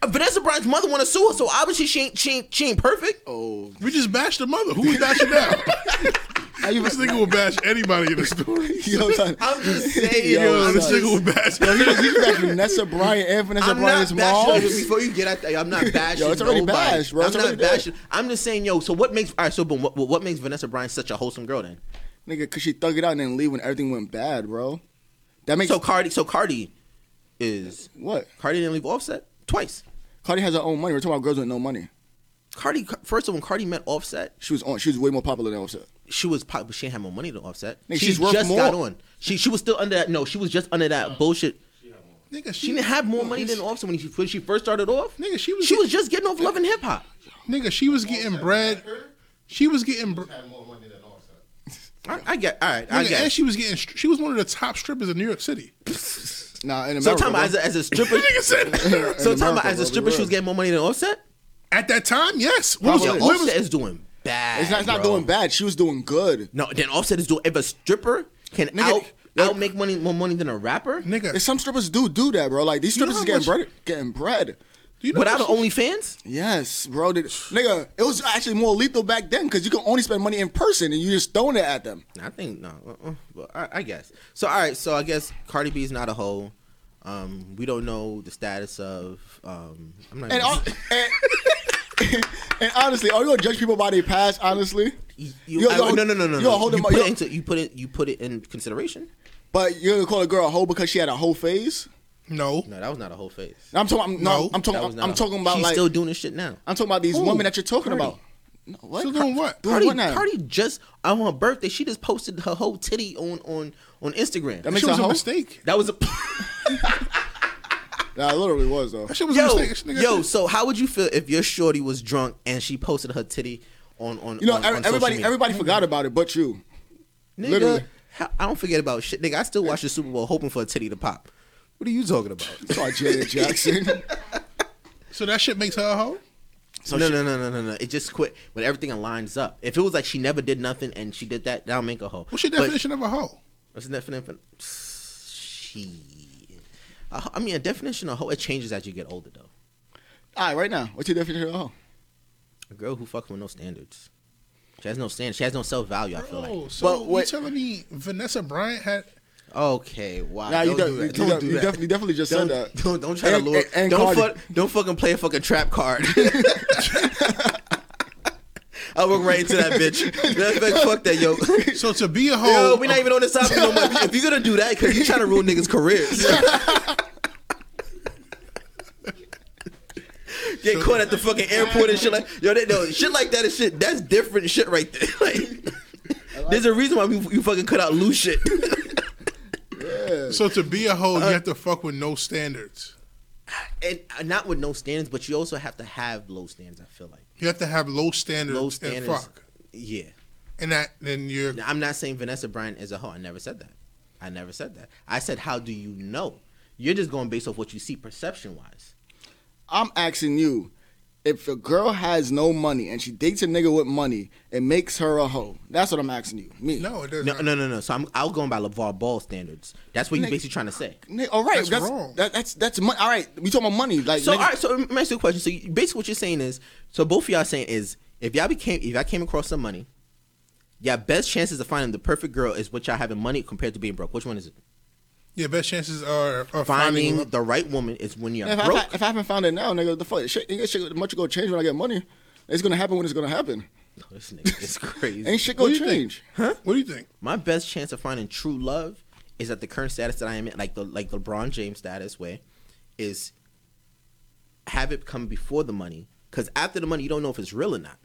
Uh, Vanessa Bryant's mother want to sue her, so obviously she ain't she ain't, she ain't perfect.
Oh,
We just bashed the mother. Who was bashing now?
I even
this nigga will bash anybody in the story.
yo, son.
I'm just saying.
Yo,
Yo,
I'm
this
just-
nigga will bash.
Yo, he was, he was back Vanessa Bryan and Vanessa
I'm
Bryan's
not
mom.
bashing. Before you get out there, I'm not bashing.
Yo, it's already
nobody.
bashed, bro. It's
I'm
already
not
dead.
bashing. I'm just saying, yo. So what makes all right? So boom. What, what makes Vanessa Bryant such a wholesome girl then?
Nigga, cause she thug it out and then leave when everything went bad, bro. That makes
So Cardi. So Cardi is
what?
Cardi didn't leave Offset twice.
Cardi has her own money. We're talking about girls with no money.
Cardi, first of all, when Cardi met Offset,
She was on. She was way more popular than Offset.
she was pop, but she ain't had more money to Offset.
Nigga,
she
she's worth
just
more.
got on. She she was still under that. No, she was just under that bullshit.
Nigga, she,
She didn't have more money than
all.
Offset when she when she first started off.
Nigga, she was
she
get-
was just getting off Love and Hip Hop.
Nigga, she was getting bread. She was getting bread.
Had more money than Offset.
I, I get. All right, I
Nigga, and
get.
she was getting. str- She was one of the top strippers in New York City.
Nah, in America.
So time
bro.
out, as a, as a stripper.
Nigga said-
so
in
time out,
America, bro,
as a
we
stripper, she
were.
was getting more money than Offset.
at that time, yes. What was,
Yo,
Probably.
what was-
Offset is doing bad.
it's not, it's not
bro.
doing bad. She was doing good.
No, then Offset is doing. If a stripper can
Nigga,
out
like-
out make money more money than a rapper
nigga?
And some strippers do do that, bro. Like these
You know
strippers is
how
getting
much-
bread, getting bread.
do you know
without an
what she-
OnlyFans.
Yes, bro. Did, nigga, it was actually more lethal back then because you can only spend money in person and you just throwing it at them.
I think no, uh-uh, but I, I guess. So all right, so I guess Cardi B is not a hoe. Um, we don't know the status of. Um, I'm not.
And,
even-
all, and, and honestly, are you gonna judge people by their past? Honestly,
you, you,
You're-
I-
you're-
no, no, no, no.
you're
no.
holding
you
my-
put it
you're-
into you put it you put it in consideration.
but you're gonna call a girl a hoe because she had a whole phase?
No,
No, that was not a whole phase.
I'm talking. I'm,
No.
no, I'm
That
talking.
was
I'm,
not a-
talking about
she's
like.
still doing this shit now.
I'm talking about these
Who?
women that you're talking
Cardi.
about. No, what?
She's doing what?
Doing
Cardi,
what now?
Cardi just on her birthday, she just posted her whole titty on on on Instagram.
That
that
makes
shit
her
was
a
a
hoe?
mistake.
that was a
Nah, it literally was though.
That shit was a
yo
mistake. This nigga-
yo. So how would you feel if your shorty was drunk and she posted her titty on on
You know,
on,
every-
on social
everybody
media?
everybody forgot about it, but you.
Nigga,
Literally.
how- I don't forget about shit. Nigga, I still watch the Super Bowl hoping for a titty to pop. What are you talking about?
It's all Janet Jackson.
so that shit makes her a hoe.
no, no, no, no, no, no. It just quit when everything aligns up. If it was like she never did nothing and she did that, that'll make a hoe.
What's your
But-
definition of a hoe?
What's the definition? She. a ho- I mean, a definition of hoe it changes as you get older, though.
All right, right now, what's your definition of a hoe?
A girl who fucks with no standards. She has no standards. She has no self value. I feel
Oh,
like.
so
But what-
you telling me Vanessa Bryant had?
Okay, wow.
Nah, you,
don't
de-
do that.
you,
Don't
de-
do
you
that.
definitely definitely just
Don't,
said that.
don't, don't try
And-
to lure.
and- and
don't
Cardi.
fuck, don't fucking play a fucking trap card. I walk right into that bitch. That- that- fuck that, yo.
So to be a hoe,
Yo, we're not even on this topic no more. If you're gonna do that, because you're trying to ruin niggas' careers. Get caught at the fucking airport and shit like yo, they, no shit like that and shit. That's different shit right there. Like, there's a reason why we, you fucking cut out loose shit.
so to be a hoe,
Uh,
you have to fuck with no standards.
and uh, not with no standards, but you also have to have low standards. I feel like
You have to have low standards,
low standards.
and fuck.
Yeah,
And that then you're
Now, I'm not saying Vanessa Bryant is a hoe. I never said that. I never said that. I said, how do you know? You're just going based off what you see perception wise.
I'm asking you, if a girl has no money and she dates a nigga with money, it makes her a hoe. That's what I'm asking you. Me.
no, it doesn't.
No, no, no, no. So I'm I'm going by LeVar Ball standards. That's what you're basically trying to say.
Nigga, all right,
That's
that's
wrong.
That, that's that's money. All right, we talking about money. Like,
So
nigga,
all right. So let me ask you a question. So you, basically, what you're saying is, so both of y'all saying is, if y'all became, if y'all came across some money, y'all best chances of finding the perfect girl is what y'all having money compared to being broke. Which one is it?
Yeah, best chances are, are
Finding,
finding. love.
the right woman is when you're
if,
broke.
I, if I haven't found it now, nigga, the fuck, shit, ain't shit much gonna change when I get money. It's gonna happen when it's gonna happen.
Oh, this nigga is crazy.
Ain't shit
What do
gonna
you think?
change.
What do you think?
my best chance of finding true love is at the current status that I am in, like the like LeBron James status way, is have it come before the money. Cause after the money, you don't know if it's real or not.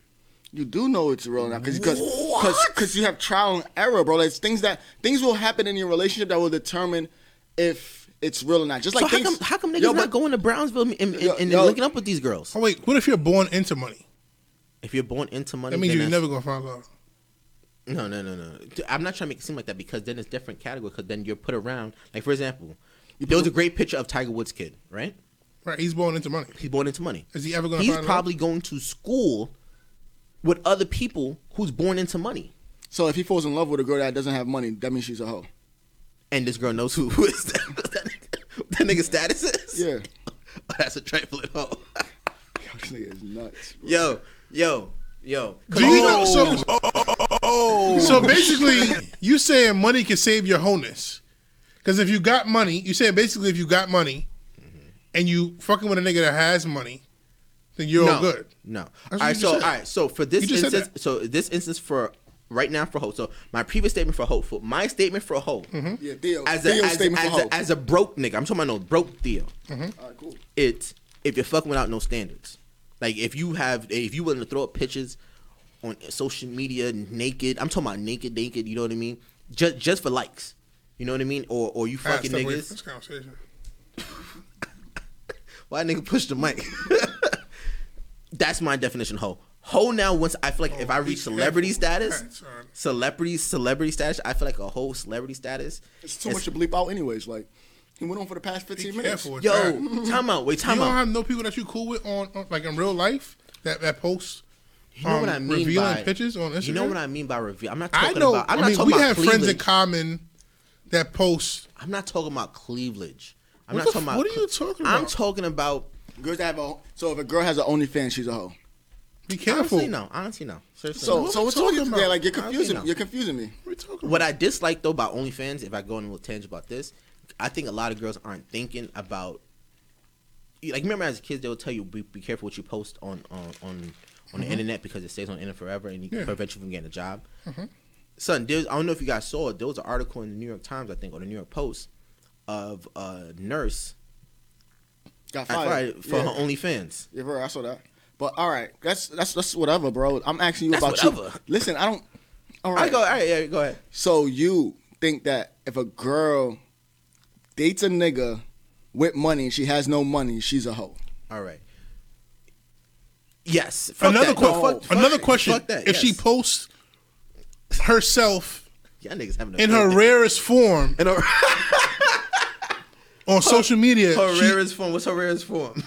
You do know it's real now because because you have trial and error, bro. There's things that things will happen in your relationship that will determine if it's real or not. Just like
so how
things,
come how come niggas
Yo,
not
but-
going to Brownsville and, and,
Yo,
and
yo.
linking up with these girls?
Oh wait, what if you're born into money?
If you're born into money,
That means
then
you're
that's-
never gonna find love.
No, no, no, no. Dude, I'm not trying to make it seem like that because then it's different category. Because then you're put around. Like for example, there was a great picture of Tiger Woods' kid, right?
Right? He's born into money.
He's born into money.
Is he ever gonna
He's
find love?
probably going to school with other people who's born into money.
So if he falls in love with a girl that doesn't have money, that means she's a hoe.
and this girl knows who, who is that, what that, nigga, what that nigga status is.
Yeah.
oh, that's a trifling hoe.
This nigga is nuts. Bro.
yo, yo, yo.
Do you know? So,
oh,
so basically, you saying money can save your wholeness. Because if you got money, you saying basically if you got money, and you fucking with a nigga that has money, then you're all
no,
good.
No.
what
All
you
right.
just
So all
said.
right. So for this
You just said
instance, so this instance for right now for hope. So my previous statement for hope. For my statement for hope.
Mm-hmm.
Yeah, Theo.
As a
Theo's
as,
statement for
as,
hoe.
Mm-hmm.
a, as a broke nigga, I'm talking about no broke deal.
All right, cool.
It's if you're fucking without no standards. Like if you have, if you willing to throw up pictures on social media naked, I'm talking about naked, naked. You know what I mean? Just just for likes. You know what I mean? Or or you
I gotta
fucking
step away from
niggas.
this conversation.
Why nigga push the mic? That's my definition. of Hoe. Hoe now. Once I feel like if I reach
Oh,
celebrity status, celebrity celebrity status, I feel like a whole celebrity status.
It's too much to bleep out, anyways. Like he went on for the past
Be
fifteen minutes.
careful with
Yo,
that.
time out. Wait, time
you don't
out.
have no people that you cool with on, on like in real life that that post.
You know what I mean
revealing
by
pictures on Instagram.
You know what I mean by reveal. I'm not
I
talking
know.
about. I'm
I
not
mean,
talking
we
about
have
Cleveland.
friends in common that post.
I'm not talking about cleavage. I'm
What
not
the
talking
f-
about.
what are you
cle-
talking
I'm
about?
talking about.
Girls that have a so if a girl has an OnlyFans, she's a hoe.
Be careful.
Honestly, no. Honestly, no. Seriously.
So
no.
what
so
we
what's all
talking
you
about?
yeah, like you're
I don't
confusing
know.
you're confusing me.
What are you talking
What
about?
I dislike though about OnlyFans, if I go on a little tangent about this, I think a lot of girls aren't thinking about. Like remember as kids, they would tell you be, be careful what you post on on on, on the internet because it stays on the internet forever and you
Mm-hmm. Yeah. Mm-hmm.
can prevent you from getting a job. Son, there's, I don't know if you guys saw it. There was an article in the New York Times, I think, or the New York Post, of a nurse
Got
got
fired
fired for
yeah.
her OnlyFans.
Yeah, bro, I saw that. But all right, that's that's that's whatever, bro. I'm asking you
That's
about
whatever.
you. Listen, I don't. All
I
right.
go, all right, yeah, go ahead.
So you think that if a girl dates a nigga with money and she has no money, she's a hoe?
All right. Yes. Fuck
Another
that. No,
question.
fuck- fuck
another
that.
question.
Fuck that,
if she
yes.
posts herself
Y'all niggas having a
in her
filthy-
rarest form
in her,
on social media,
her
she-
rarest form. What's her rarest form?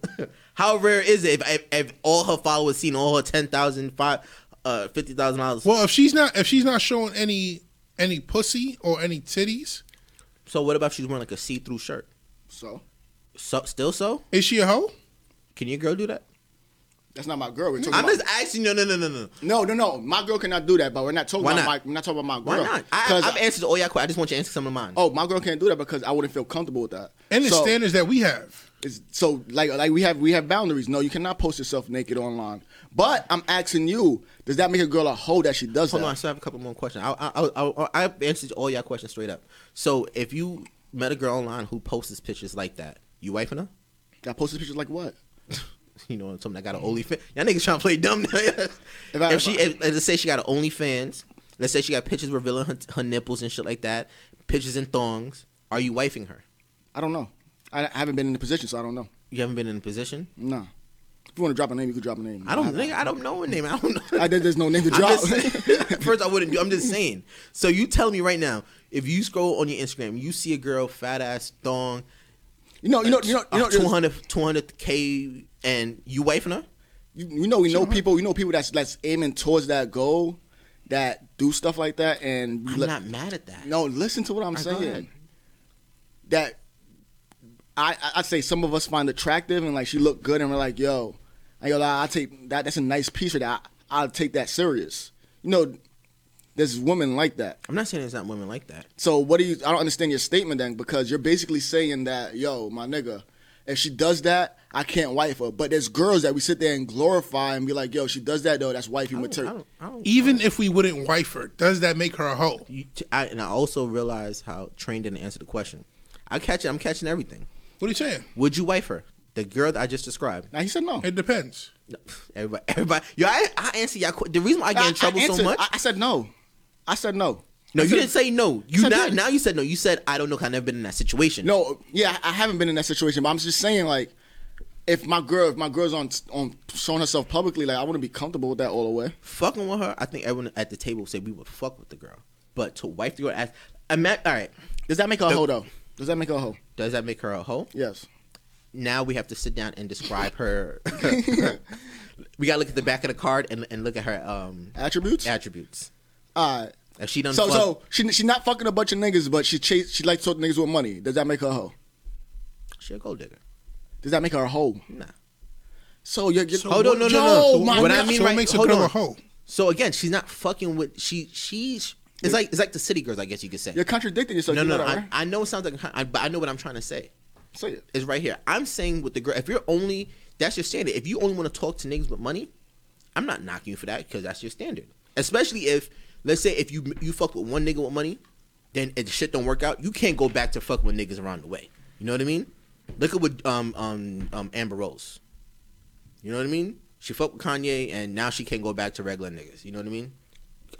How rare is it if, if, if all her followers seen all her ten thousand five, uh, fifty thousand dollars?
well, if she's not if she's not showing any any pussy or any titties,
So what about if she's wearing like a see through shirt?
So
So still so?
is she a hoe?
Can your girl do that?
that's not my girl. We're talking
I'm
about,
just asking. No, no, no, no, no.
no, no, no. My girl cannot do that. But we're not talking
Why
about
not?
my. We're not talking about my
Why
girl.
not? I,
'Cause-
I've answered all y'all questions. I just want you to answer some of mine.
oh, my girl can't do that because I wouldn't feel comfortable with that.
And the
so,
standards that we have.
it's- so like like we have we have boundaries. No, you cannot post yourself naked online. But I'm asking you, does that make a girl a hoe that she does
Hold
that?
on, I still have a couple more questions. I I I, I, I answered all y'all questions straight up. So if you met a girl online who posts pictures like that, you wifing her?
I posted pictures like what?
You know, something that got an OnlyFans. Y'all niggas trying to play dumb. now. if,
I- if
she,
I-
if, let's say she got an OnlyFans. Let's say she got pictures revealing her, her nipples and shit like that. Pictures in thongs. Are you wifing her?
I don't know. I, I haven't been in the position, so I don't know.
You haven't been in a position.
Nah. If you want to drop a name, you could drop a name.
I don't. nigga, I don't know a name. I don't know.
I did. There's no name to
I'm
drop.
just- first, I wouldn't do. I'm just saying. So you tell me right now, if you scroll on your Instagram, you see a girl fat ass thong,
you know. You know. You know. You know. there's-
200 200k, and you wifing her.
You, you know. We know people. You know people that's that's aiming towards that goal, that do stuff like that, and we
I'm
let-
not mad at that.
No, listen to what I'm
Alright, go ahead.
saying. That I I- I'd say some of us find attractive and like she looked good and we're like, yo, I go, I take that. That's a nice piece of that. I, I'll take that serious. You know, there's women like that.
I'm not saying there's not women like that.
So what do you? I don't understand your statement then because you're basically saying that, yo, my nigga, if she does that, I can't wife her. But there's girls that we sit there and glorify and be like, yo, she does that though. That's wifey
I don't, I
material.
don't, I don't,
Even if we wouldn't wife her, does that make her a hoe?
you, t- I, and I also realize how trained didn't answer the question. I catch it. I'm catching everything.
What are you saying?
Would you wife her? The girl that I just described.
Now he said no.
It depends.
Everybody, everybody. Yo, I, I answer y'all. que- The reason why I get in trouble so
answered-
much.
I, I said no. I said no.
no,
I
you
said-
didn't say no. You
said
not,
yes.
now you said no. You said I don't know. 'cause I've never been in that situation.
No, yeah, I haven't been in that situation, but I'm just saying like, if my girl, if my girl's on on showing herself publicly, like I wouldn't be comfortable with that all the way.
fucking with her, I think everyone at the table said we would fuck with the girl. But to wife the girl, ass, I'm at, all right.
Does that make her a hoe though? Does that make her a hoe?
Does that make her a hoe?
Yes.
Now we have to sit down and describe her. we gotta look at the back of the card and, and look at her um,
Attributes.
attributes.
all right.
If she done
So
fuck,
so she she not fucking a bunch of niggas, but she chase she likes talking niggas with money. Does that make her a hoe?
she a gold digger.
Does that make her a hoe?
Nah.
So you're, you're
Hold on, no, no,
Yo,
no. So
my
what I
God.
mean
so
right-
it makes
hold
a girl
on.
a hoe.
So again, she's not fucking with she she's it's like it's like the city girls, I guess you could say.
you're contradicting yourself.
no,
you
no,
know
no.
that,
I,
right?
I know it sounds like, I, but I know what I'm trying to say.
Say it.
is right here. I'm saying with the girl, if you're only that's your standard. If you only want to talk to niggas with money, I'm not knocking you for that because that's your standard. Especially if let's say if you you fuck with one nigga with money, then if the shit don't work out, you can't go back to fuck with niggas around the way. You know what I mean? Look at what um um um Amber Rose. You know what I mean? She fucked with Kanye, and now she can't go back to regular niggas. You know what I mean?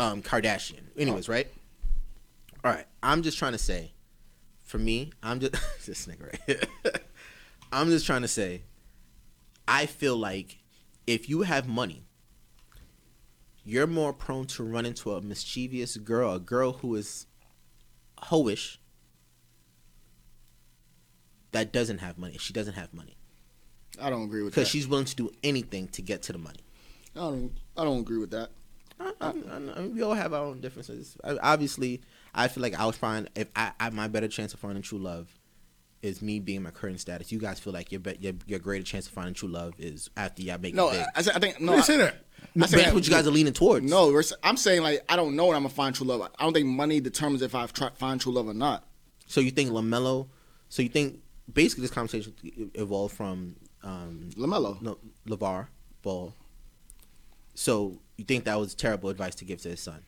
Um, Kardashian. Anyways, right? All right. I'm just trying to say, for me, I'm just this nigga right. here. I'm just trying to say, I feel like if you have money, you're more prone to run into a mischievous girl, a girl who is hoish that doesn't have money. She doesn't have money
I don't agree with that.
because she's willing to do anything to get to the money.
I don't. I don't agree with that.
I, I, I, we all have our own differences. I, obviously, I feel like I was find if I, I my better chance of finding true love is me being my current status. You guys feel like your bet your, your greater chance of finding true love is after y'all make
No,
it big.
I, I, said- I think no.
I didn't say that.
I
But
said
that's what you guys are leaning towards.
No, we're, s- I'm saying like I don't know when I'm gonna find true love. I don't think money determines if I've tried find true love or not.
So you think Lamelo? So you think basically this conversation evolved from um,
Lamelo.
Le- Levar Ball. So you think that was terrible advice to give to his son?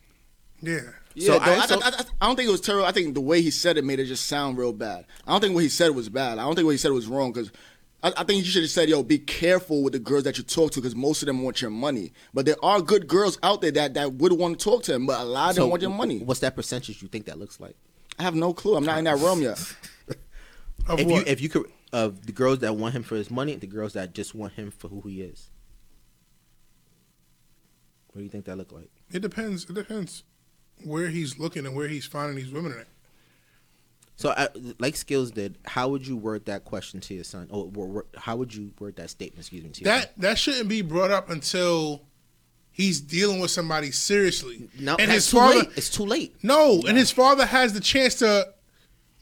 Yeah.
Yeah,
So
though,
I-
I, I,
so-
I, I, I don't think it was terrible. I think the way he said it made it just sound real bad. I don't think what he said was bad. I don't think what he said was wrong because I, I think you should have said, "Yo, be careful with the girls that you talk to because most of them want your money." But there are good girls out there that, that would want to talk to him, but a lot of
So
them want your money.
What's that percentage you think that looks like?
I have no clue. I'm not in that realm yet.
Of
if you
what?
if you could of the girls that want him for his money, and the girls that just want him for who he is. What do you think that look like?
it depends. It depends where he's looking and where he's finding these women at.
So, I, like Skills did, how would you word that question to your son? Or, wor- wor- how would you word that statement? Excuse me. To your son?
That that shouldn't be brought up until he's dealing with somebody seriously.
no,
and
that's
his
too
father.
late. It's too late.
No, and his father has the chance to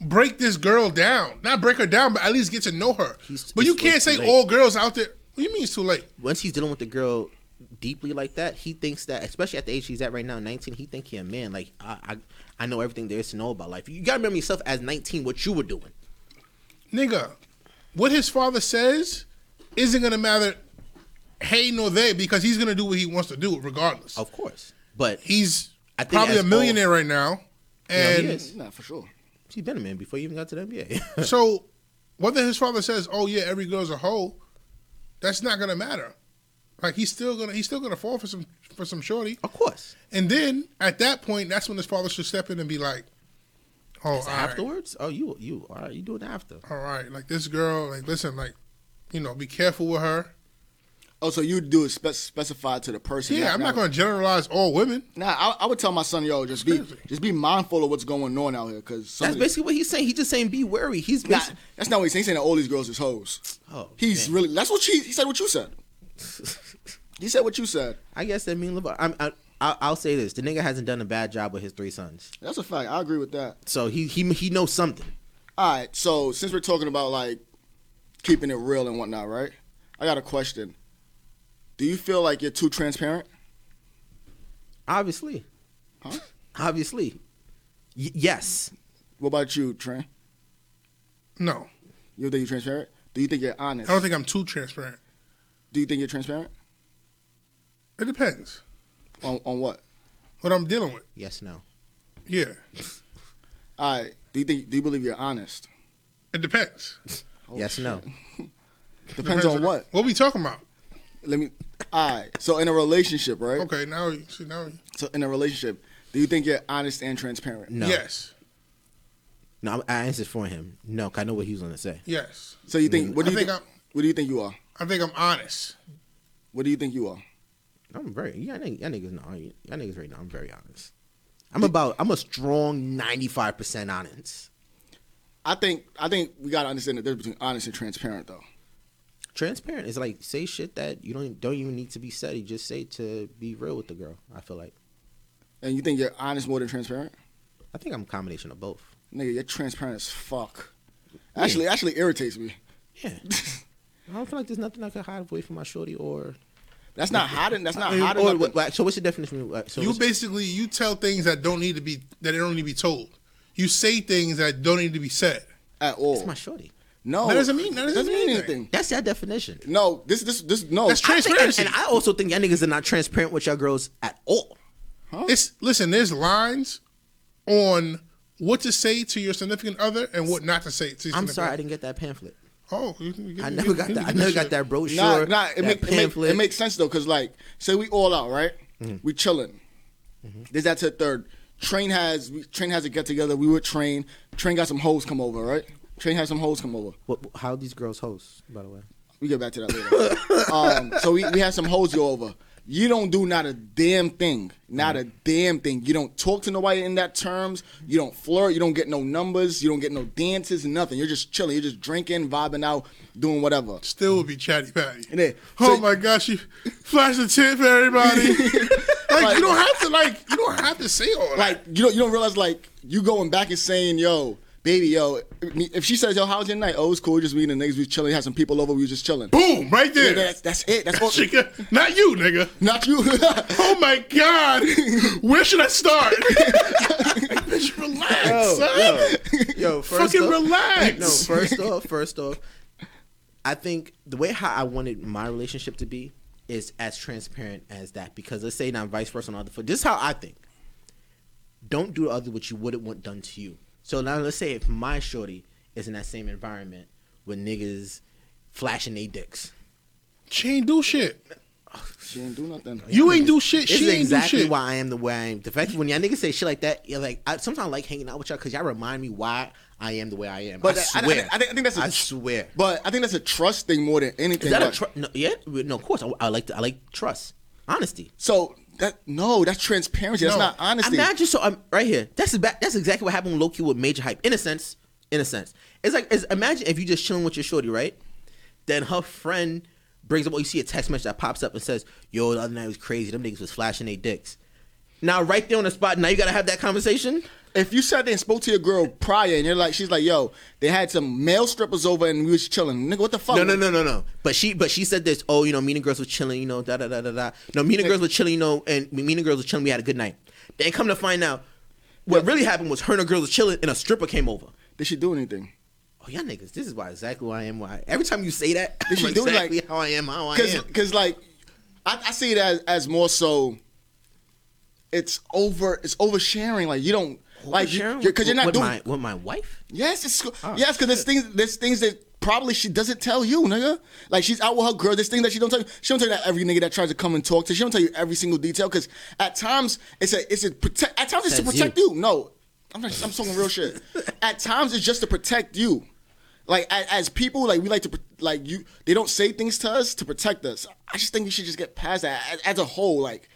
break this girl down. Not break her down, but at least get to know her.
He's-
but you
it's-
can't
it's
say
too late.
all girls out there. What do you mean it's too late?
Once he's dealing with the girl deeply like that, he thinks that, especially at the age he's at right now, nineteen, he think he a man. Like I, I, I know everything there is to know about life. You gotta remember yourself as nineteen, what you were doing.
Nigga, what his father says isn't gonna matter hey nor they because he's gonna do what he wants to do regardless.
Of course, but
He's
I think
probably
as
a millionaire right now.
he
And
is.
Nah, for sure.
he's been a man before you even got to the NBA.
so whether his father says, Oh yeah, every girl's a hoe, that's not gonna matter. Like he's still gonna he's still gonna fall for some for some shorty.
of course.
And then at that point, that's when his father should step in and be like, "Oh, all right,
afterwards? Oh, you you all right? You doing it after?
all right, like this girl, like listen, like you know, be careful with her."
Oh, so you do it spe- specify to the person.
Yeah, I'm not going to generalize all women.
Nah, I, I would tell my son, yo, just be just be mindful of what's going on out here, cause some
That's
of the-
basically what he's saying. He's just saying be wary. He's
Nah,
basi-
that's not what he's saying. He's saying that all these girls is hoes.
Oh,
he's
man.
really. That's what she. He said what you said. he said what you said.
I guess that mean LeVar. I'm, I, I, I'll say this: the nigga hasn't done a bad job with his three sons,
That's a fact. I agree with that.
so he he he knows something.
All right. So since we're talking about like keeping it real and whatnot, right? I got a question. Do you feel like you're too transparent?
Obviously,
Huh?
obviously, y- yes.
What about you, Trent?
No,
You don't think you're transparent? Do you think you're honest?
I don't think I'm too transparent.
Do you think you're transparent?
It depends
On on what?
what I'm dealing with.
Yes, no.
Yeah,
All right. Do you think? Do you believe you're honest?
it depends.
yes, no.
Depends on what.
What we talking about?
Let me. All right. So in a relationship, right?
Okay, now you see now. you-
So in a relationship, do you think you're honest and transparent?
No.
Yes,
No, I I answered for him. No, 'cause I know what he was going to say.
yes.
So you think? What
I
do you
think
think?
I'm-
what do you think you are?
I think I'm honest.
What do you think you are?
I'm very, y'all niggas, y'all niggas know, y'all niggas right now, I'm very honest. I'm about, I'm a strong 95% honest.
I think. I think we gotta understand the difference between honest and transparent, though.
Transparent is like, say shit that you don't, don't even need to be said. You just say to be real with the girl, I feel like.
And you think you're honest more than transparent?
I think I'm a combination of both.
Nigga, you're transparent as fuck. Actually, actually irritates me.
Yeah. I don't feel like there's nothing I could hide away from my shorty or.
That's not hiding. That's not
or,
hiding. nothing.
what- like, so what's the definition? Of, uh, so
you
what's-
basically you tell things that don't need to be that don't need to be told. You say things that don't need to be said.
at all.
it's my shorty.
no,
That doesn't mean- that doesn't mean anything.
That's that definition.
No, this, this, this. No,
That's
I think- and-
transparency.
and I also think y'all niggas are not transparent with y'all girls at all.
It's listen. There's lines on what to say to your significant other and what not to say to. Your
I'm
significant
sorry I
other.
didn't get that pamphlet.
Oh, you, you, you,
I never got that. I never got that
Nah,
brochure.
nah, it,
that
make, it, make,
pamphlet. Mm-hmm.
it makes sense though, cause like, say we all out, right? We chilling. There's that to the third. Train has we, train has a get together. We would train. Train got some hoes come over, right? Train had some hoes come over.
What, how these girls host, by the way?
We get back to that later. um, so we, we had some hoes go over. You don't do not a damn thing. Not
Mm-hmm.
a damn thing. You don't talk to nobody in that terms. You don't flirt. You don't get no numbers. You don't get no dances, nothing. You're just chilling. You're just drinking, vibing out, doing whatever.
Still would be chatty patty.
And then-
oh
so-
my gosh, you flash the tip for everybody. like, you don't have to like you don't have to say all that.
like you don't you don't realize like you going back and saying yo baby yo if she says yo how's your night oh it's cool just me and the niggas we chilling had some people over we was just chilling
Boom, right
Yeah,
there.
that's, that's it that's all
Chica, not you, nigga.
not you
Oh my god, where should I start? Like, bitch, relax, son.
yo,
Fucking relax.
No, first off, first off, I think the way how I wanted my relationship to be is as transparent as that. Because let's say now vice versa on the other foot. This is how I think. Don't do to other what you wouldn't want done to you. So now let's say if my shorty is in that same environment with niggas flashing they dicks.
She ain't do shit.
she didn't do nothing
You ain't do shit.
This
She
is
ain't do
exactly
shit.
why I am the way I am. The fact when y'all niggas say shit like that, you're like I sometimes I like hanging out with y'all because y'all remind me why I am the way I am.
But I-
I
I- I
swear.
think- I think- I think that's a
I
tr-
swear.
but I think that's a trust thing more than anything
Is that a
like-
tr- no, yeah? No, of course. I, I like I like trust, honesty.
so that no that's transparency that's
No.
not honesty
Imagine so. I'm right here. That's the ba- that's exactly what happened with Loki with major hype. In a sense, in a sense, it's like it's, imagine if you just chilling with your shorty, right? Then her friend brings up. Well, you see a text message that pops up and says, "Yo, the other night was crazy. Them niggas was flashing their dicks." Now, right there on the spot. Now you gotta have that conversation.
if you sat there and spoke to your girl prior and you're like she's like yo they had some male strippers over and we was chilling nigga what the fuck
No, no, no, no, no. But she, but she said this. Oh, you know, Mean and Girls was chilling. You know, da da da da da. No, Mean and Girls was chilling. You know, and Mean and Girls was chilling. We had a good night. Then come to find out, what really happened was her and her girls was chilling, and a stripper came over.
did she do anything
Oh, y'all niggas, this is why exactly who I am. Why every time you say that,
Did she
I'm
do it like-
exactly how I am, how I
Cause,
am.
cause like, I, I see it as, as more so. It's over. It's oversharing. Like you don't like you,
Sharon,
you're, cause you're not
with
doing.
my, with my wife.
Yes, it's yes, cause there's things there's things that probably she doesn't tell you, nigga. Like she's out with her girl. There's things that she don't tell you. She don't tell you that every nigga that tries to come and talk to. She don't tell you every single detail. Cause at times it's a it's a protect. At times it's to
That's
protect you. No, I'm not, I'm talking real shit. At times it's just to protect you. Like as, as people, like we like to pr- like you. They don't say things to us to protect us. I just think we should just get past that as, as a whole. Like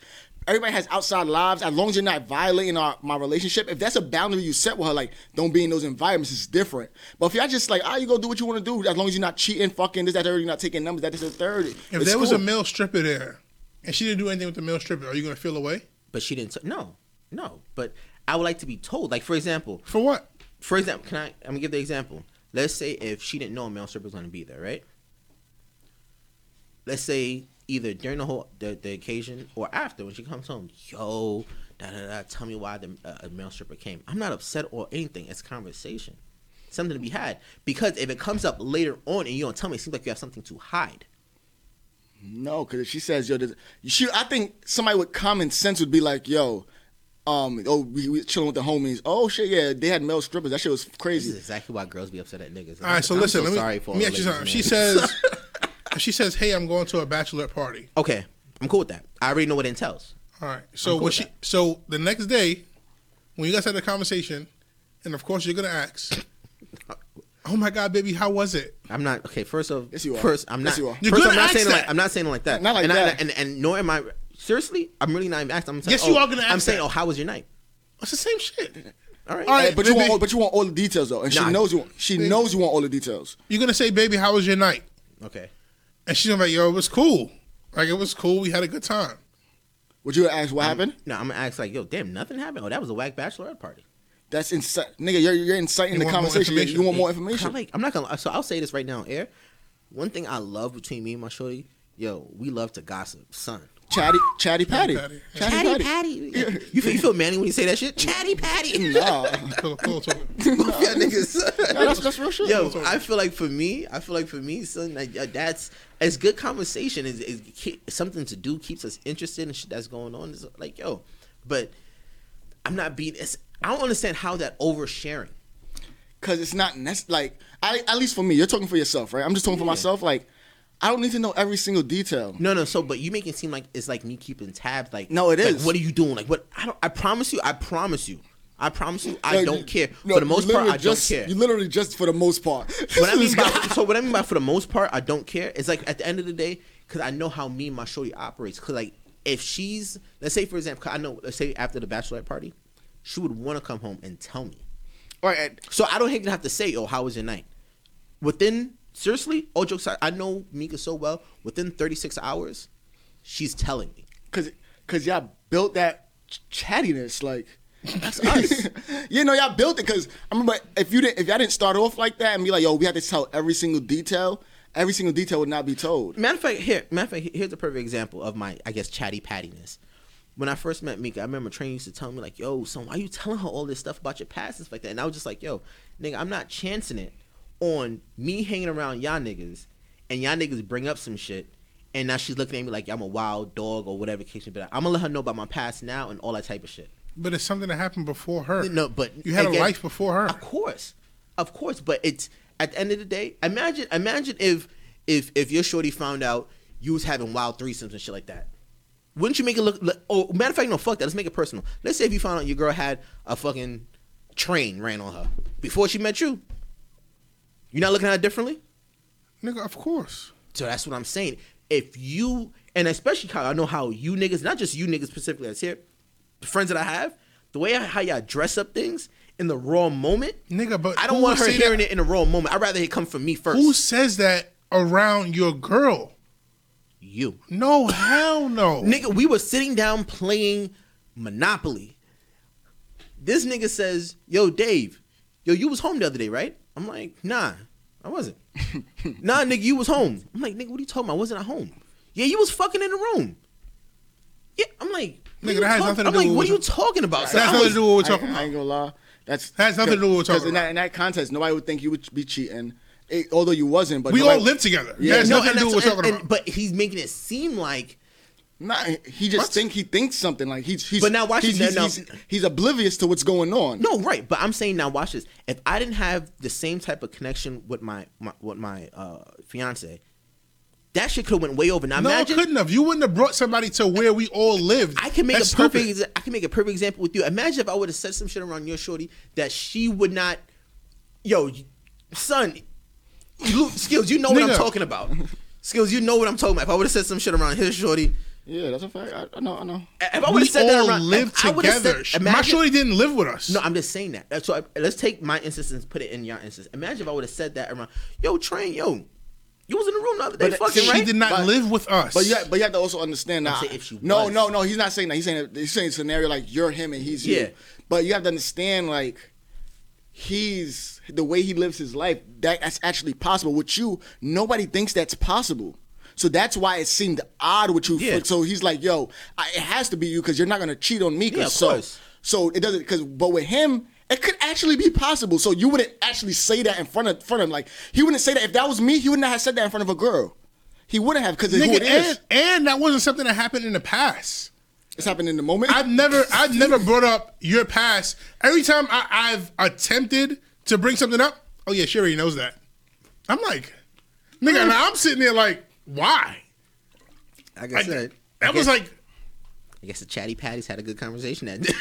everybody has outside lives. As long as you're not violating our my relationship, if that's a boundary you set with her, like don't be in those environments, it's different. But if y'all just like, ah, you go do what you want to do, as long as you're not cheating, fucking this, that, third, you're not taking numbers, that, this, and third.
If
it's
there was a
cool.
male stripper there, and she didn't do anything with the male stripper, are you gonna feel away?
But she didn't. T- no, no. But I would like to be told. Like for example,
For what?
for example, can I? I'm gonna give the example. Let's say if she didn't know a male stripper was gonna be there, right? Let's say either during the whole the, the occasion or after when she comes home, yo, da da da, tell me why the uh, a male stripper came. I'm not upset or anything. It's conversation, something to be had. Because if it comes up later on and you don't tell me, it seems like you have something to hide.
No, because if she says, "Yo," this, she, I think somebody with common sense would be like, "Yo, um, oh, we, we chilling with the homies. Oh shit, yeah, they had male strippers. That shit was
This is
crazy.
exactly why girls be upset at niggas.
All right, so
I'm
listen. let me,
sorry for
let me
all
ask
the
you something. If
ladies,
she
man.
says, if she says, "Hey, I'm going to a bachelorette party."
okay, I'm cool with that. I already know what it entails.
All right. So
cool
what
with
she?
that.
So the next day, when you guys had the conversation, and of course you're gonna ask, "Oh my God, baby, how was it?"
I'm not okay. First of
Yes, you are.
First, I'm
Yes,
not.
you are.
You're
First,
gonna
I'm not
ask
saying it
that.
like I'm not saying it like that.
Not like
and I-
that.
and, and nor am I. Seriously, I'm really not even asking. I'm saying,
Yes, you
oh,
are gonna
I'm
ask
saying,
that.
oh, how was your night?
It's the same shit.
All right.
All right.
Hey, but you want,
baby.
all, but you want all the details though, and
Nah.
she knows you. Want, she knows you want all the details.
You're gonna say, "Baby, how was your night?"
Okay.
And she's gonna be like, "Yo, it was cool. Like it was cool. We had a good time."
Would you ask
Mm.
what happened?
No, I'm gonna ask like, yo, damn, nothing happened. Oh, that was a whack bachelorette party.
That's insight, nigga. You're, you're inciting
You
the
want more
conversation. You- You want more
I
information.
like, I'm not gonna. lie. So I'll say this right now, on air. One thing I love between me and my shorty, yo, we love to gossip, son.
Chatty, chatty, patty,
Patty.
chatty, patty.
You feel, you feel manly when you say that shit? Chatty patty.
Nah,
Cool, cool, cool.
Yeah, niggas.
Nah, that's, that's real shit.
Yo, I feel like for me, I feel like for me, son, like, uh, that's it's good conversation. Is is ke- something to do keeps us interested in shit that's going on. It's like yo, but I'm not being. It's, I don't understand how that oversharing.
because it's not nec- like I, at least for me. You're talking for yourself, right? I'm just talking for myself. Like I don't need to know every single detail.
No, no. So, but you make it seem like it's like me keeping tabs. Like,
No, it
it is.
is.
What are you doing? Like, what? I don't. I promise you. I promise you. I promise you. I
Like,
don't care.
no,
for the
you
most part,
literally
I
just,
don't care.
You literally just for the most part.
What I mean by, so what I mean by for the most part, I don't care. It's like at the end of the day, because I know how me and my shorty operates. Because like if she's, let's say for example, 'cause I know, let's say after the bachelorette party, she would want to come home and tell me.
All right, and-
So I don't even have to say, "Oh, how was your night?" Within seriously, all jokes. aside, I know Mika so well. Within 36 hours, she's telling me.
cause cause y'all built that ch- chattiness like that's us. you know y'all built it cause I remember if you didn't if y'all didn't start off like that and be like yo we had to tell every single detail every single detail would not be told.
Matter of fact, here, matter of fact, here's a perfect example of my, I guess, chatty pattiness. When I first met Mika, I remember Train used to tell me like, "Yo, son, why you telling her all this stuff about your past and stuff like that?" And I was just like, "Yo, nigga, I'm not chancing it on me hanging around y'all niggas, and y'all niggas bring up some shit, and now she's looking at me like I'm a wild dog or whatever case may be. I'm gonna let her know about my past now and all that type of shit."
But it's something that happened before her.
No, but
you had
again-
a life before her.
Of course, of course. But it's at the end of the day. Imagine, imagine if if if your shorty found out you was having wild threesomes and shit like that. Wouldn't you make it look? look- Oh, matter of fact, no. Fuck that. Let's make it personal. Let's say if you found out your girl had a fucking train ran on her before she met you. You're not looking at her differently.
Nigga, of course.
So that's what I'm saying. If you and especially Kyle, I know how you niggas, not just you niggas specifically that's here, the friends that I have, the way how y'all dress up things in the raw moment,
Nigga, but
I don't
who
want
would
her
say that-
hearing it in the raw moment. I'd rather it come from me first.
Who says that around your girl?
you,
No, hell no.
nigga? We were sitting down playing Monopoly. This nigga says, "Yo, Dave, yo, you was home the other day, right?" I'm like, "Nah, I wasn't." nah, nigga, you was home. I'm like, "Nigga, what are you talking about? I wasn't at home." Yeah, you was fucking in the room. Yeah, I'm like, what
Nigga,
are you
that has
talk-
nothing to
I'm
do
like,
with
what are you
what-
talking about? So
That has
I
nothing
was-
to do with what we're
I-
talking
I,
about.
ain't gonna lie. That's
Has nothing to do with what we're
'cause
talking
in that, in that context, nobody would think you would be cheating. It- although you wasn't, but
We
nobody-
all live together.
Yeah.
Yeah, has
No,
nothing
and
to do with what
that's-
we're talking
and-
about.
and- But he's making it seem like
Nah, he just
What?
think he thinks something like he's. he's
But now watch
he's,
it,
he's,
now-
he's, he's oblivious to what's going on.
No, right. But I'm saying now, watch this. If I didn't have the same type of connection with my, my with my uh, fiance, that shit could have went way over. Now
no,
imagine
I couldn't have. You wouldn't have brought somebody to where we all lived.
I can make
That's
a perfect.
stupid.
exa- I can make a perfect example with you. Imagine if I would have said some shit around your shorty that she would not. Yo, son, you- skills. You know what I'm
Nigga.
talking about. Skills, you know what I'm talking about. If I would have said some shit around his shorty,
Yeah, that's a fact. I, I know. I know.
if I would
We
have said that
all
around,
lived
if I would've said-
together. My
imagine-
shorty didn't live with us.
No, I'm just saying that. That's why. Let's take my instance and put it in your instance. Imagine if I would have said that around, yo, train, yo, you was in the room the other day,
But
fucking
she
right.
did not
But-
live with us.
But you, ha- but you have to also understand now.
I'm saying if she
no,
was.
no, no. He's not saying that. He's saying he's saying scenario like you're him and he's
Yeah.
you. But you have to understand like he's the way he lives his life. That, that's actually possible. With you, nobody thinks that's possible. So that's why it seemed odd with you.
Yeah.
So he's like, "Yo, I, it has to be you because you're not gonna cheat on me." 'cause
Yeah, of
so,
course.
so it doesn't. Because but with him. It could actually be possible. So you wouldn't actually say that in front of front of him. Like he wouldn't say that if that was me. He would not have said that in front of a girl. He wouldn't have because who
Nigga,
it is.
and, and that wasn't something that happened in the past.
It's happened in the moment.
I've never I've never brought up your past. Every time I, I've attempted to bring something up, oh yeah, she already knows that. I'm like, nigga, and I'm sitting there like, why?
like
I- that was like,
I guess the chatty patties had a good conversation that day.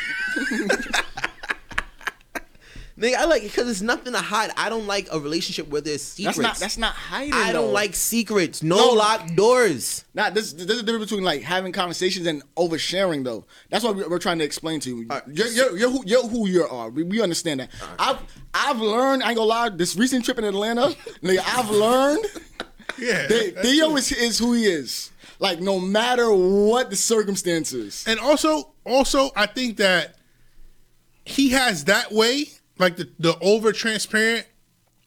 Nigga, I like it because it's nothing to hide. I don't like a relationship where there's secrets.
that's not that's not hiding.
I
though.
don't like secrets. No,
No.
locked doors.
Nah, this, there's a difference between like having conversations and oversharing though. That's what we- we're trying to explain to you. You're, you're, you're, who, you're who you are. We, we understand that. I've I've learned. I ain't gonna lie. This recent trip in Atlanta, nigga, I've learned.
Yeah,
that
that's
Theo is, is who he is. Like no matter what the circumstances.
and also also I think that he has that way, like the the over transparent.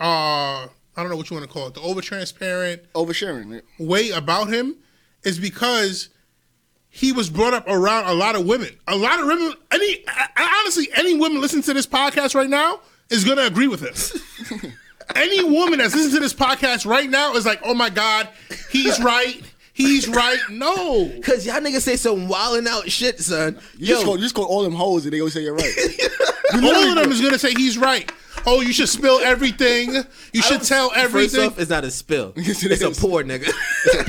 Uh, I don't know what you want to call it. The over transparent.
Oversharing.
way about him is because he was brought up around a lot of women. A lot of women, any I- I- honestly, any woman listening to this podcast right now is going to agree with him. any woman that's listening to this podcast right now is like, "Oh my god, he's right. He's right." No.
Cause y'all niggas say some wildin' out shit, son.
You
Yo,
just call you just call all them hoes and they gonna say you're right.
All of them is going to say he's right. oh, you should spill everything. You should tell
First
everything.
off, it's not a spill.
Yes, it
it's
is.
a pour, nigga.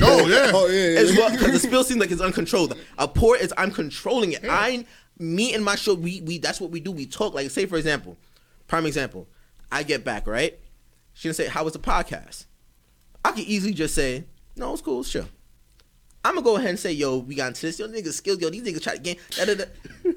oh yeah.
Oh yeah, yeah,
It's
yeah.
what because the spill seems like it's uncontrolled. A pour is I'm controlling it. I, me and my show, we we that's what we do. We talk. Like say for example, prime example, I get back right. She gonna say how was the podcast? I could easily just say no, it's cool, sure. I'm gonna go ahead and say yo, we got into this. Yo, niggas skills, yo, these niggas try to game. Da, da, da.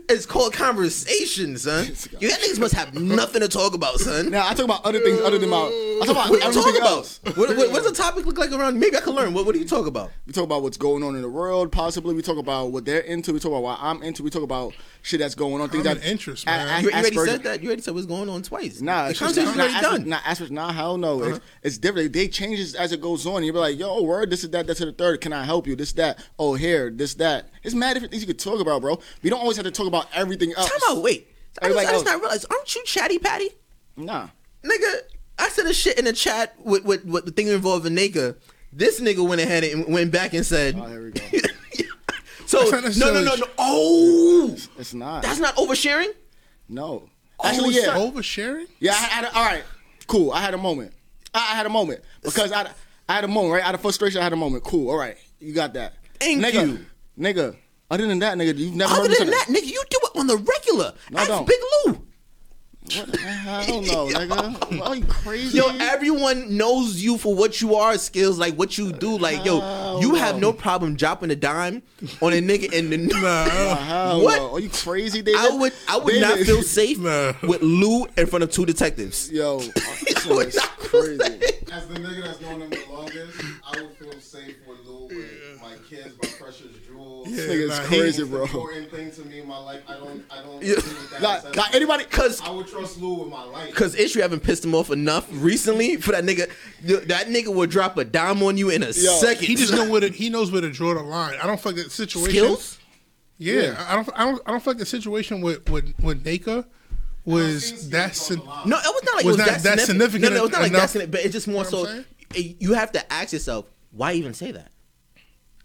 It's called conversation, son. You got niggas must have nothing to talk about, son.
Now I talk about other things other than my. I talk about
What are you
everything
talking
else.
about? What, what, what's the topic look like around? Maybe I can learn. What, what do you talk about?
We talk about what's going on in the world. Possibly we talk about what they're into. We talk about what I'm into. We talk about shit that's going on. Things
Common
that
interest,
a-
man.
a-
You, you already
Asperger-
said that. You already said what's going on twice.
Nah,
the
it's just-
conversation's
nah,
already
Asperger-
done. Uh-huh.
Nah, Asperger's nah, hell no. It's, it's different. They, they change it as it goes on. You'll be like, yo, word, this is that, that's to the third. Can I help you? This, that. Oh, here, this, that. It's mad different things you could talk about, bro. We don't always have to talk about everything else.
Time out. Wait. I just,
Everybody
I just
else.
not realized. Aren't you chatty patty,
Nah.
nigga? I said a shit in the chat with with, with the thing involving nigga. This nigga went ahead and went back and said.
Oh, here we go.
so
That's not
no, no,
necessarily
no, no. Oh,
It's not.
that's not oversharing.
no.
Oh,
Actually,
it's
yeah.
Oversharing.
Yeah, I had a, all right, cool. I had a moment. I, I had a moment because I, I had a moment, right? Out of frustration, I had a moment. Cool. All right, you got that.
Thank
nigga,
you.
nigga. Other than that, nigga, you've never
Other
heard me say
than that, nigga, you do it on the regular.
No, I
That's
don't.
Big Lou.
What the hell? I don't know, nigga. Are you crazy?
Yo, everyone knows you for what you are, skills like what you do. Like, yo, you have no problem dropping a dime on a nigga in the.
Uh,
Hell
what?
no. Are you crazy, David?
I would I would not
David.
feel safe
Nah.
with Lou in front of two detectives.
Yo, this
I would
is
not feel
crazy.
safe.
As the nigga that's known him the longest, I would feel safe with Lil with my kids, my precious jewels.
Yeah,
Nigga is
nah, he-
crazy,
It's an
bro.
Important thing to me in my life. I don't. I don't.
Yeah.
agree with that
Like,
assessment.
like anybody,
Cause
I would trust Lou with my life.
cause Ishri haven't pissed him off enough recently for that nigga. th- That nigga will drop a dime on you in a second.
He just know where to, he knows where to draw the line. I don't feel like that situation.
skills.
Yeah, I don't. I don't. I don't feel like the situation with with with Naka was that. sin-
No, it was not
Was
like it was
not
that,
that
significant. No, no, it was not like that
enough?
significant. But it's just more
You know what
so
I'm
eh, you have to ask yourself why even say that.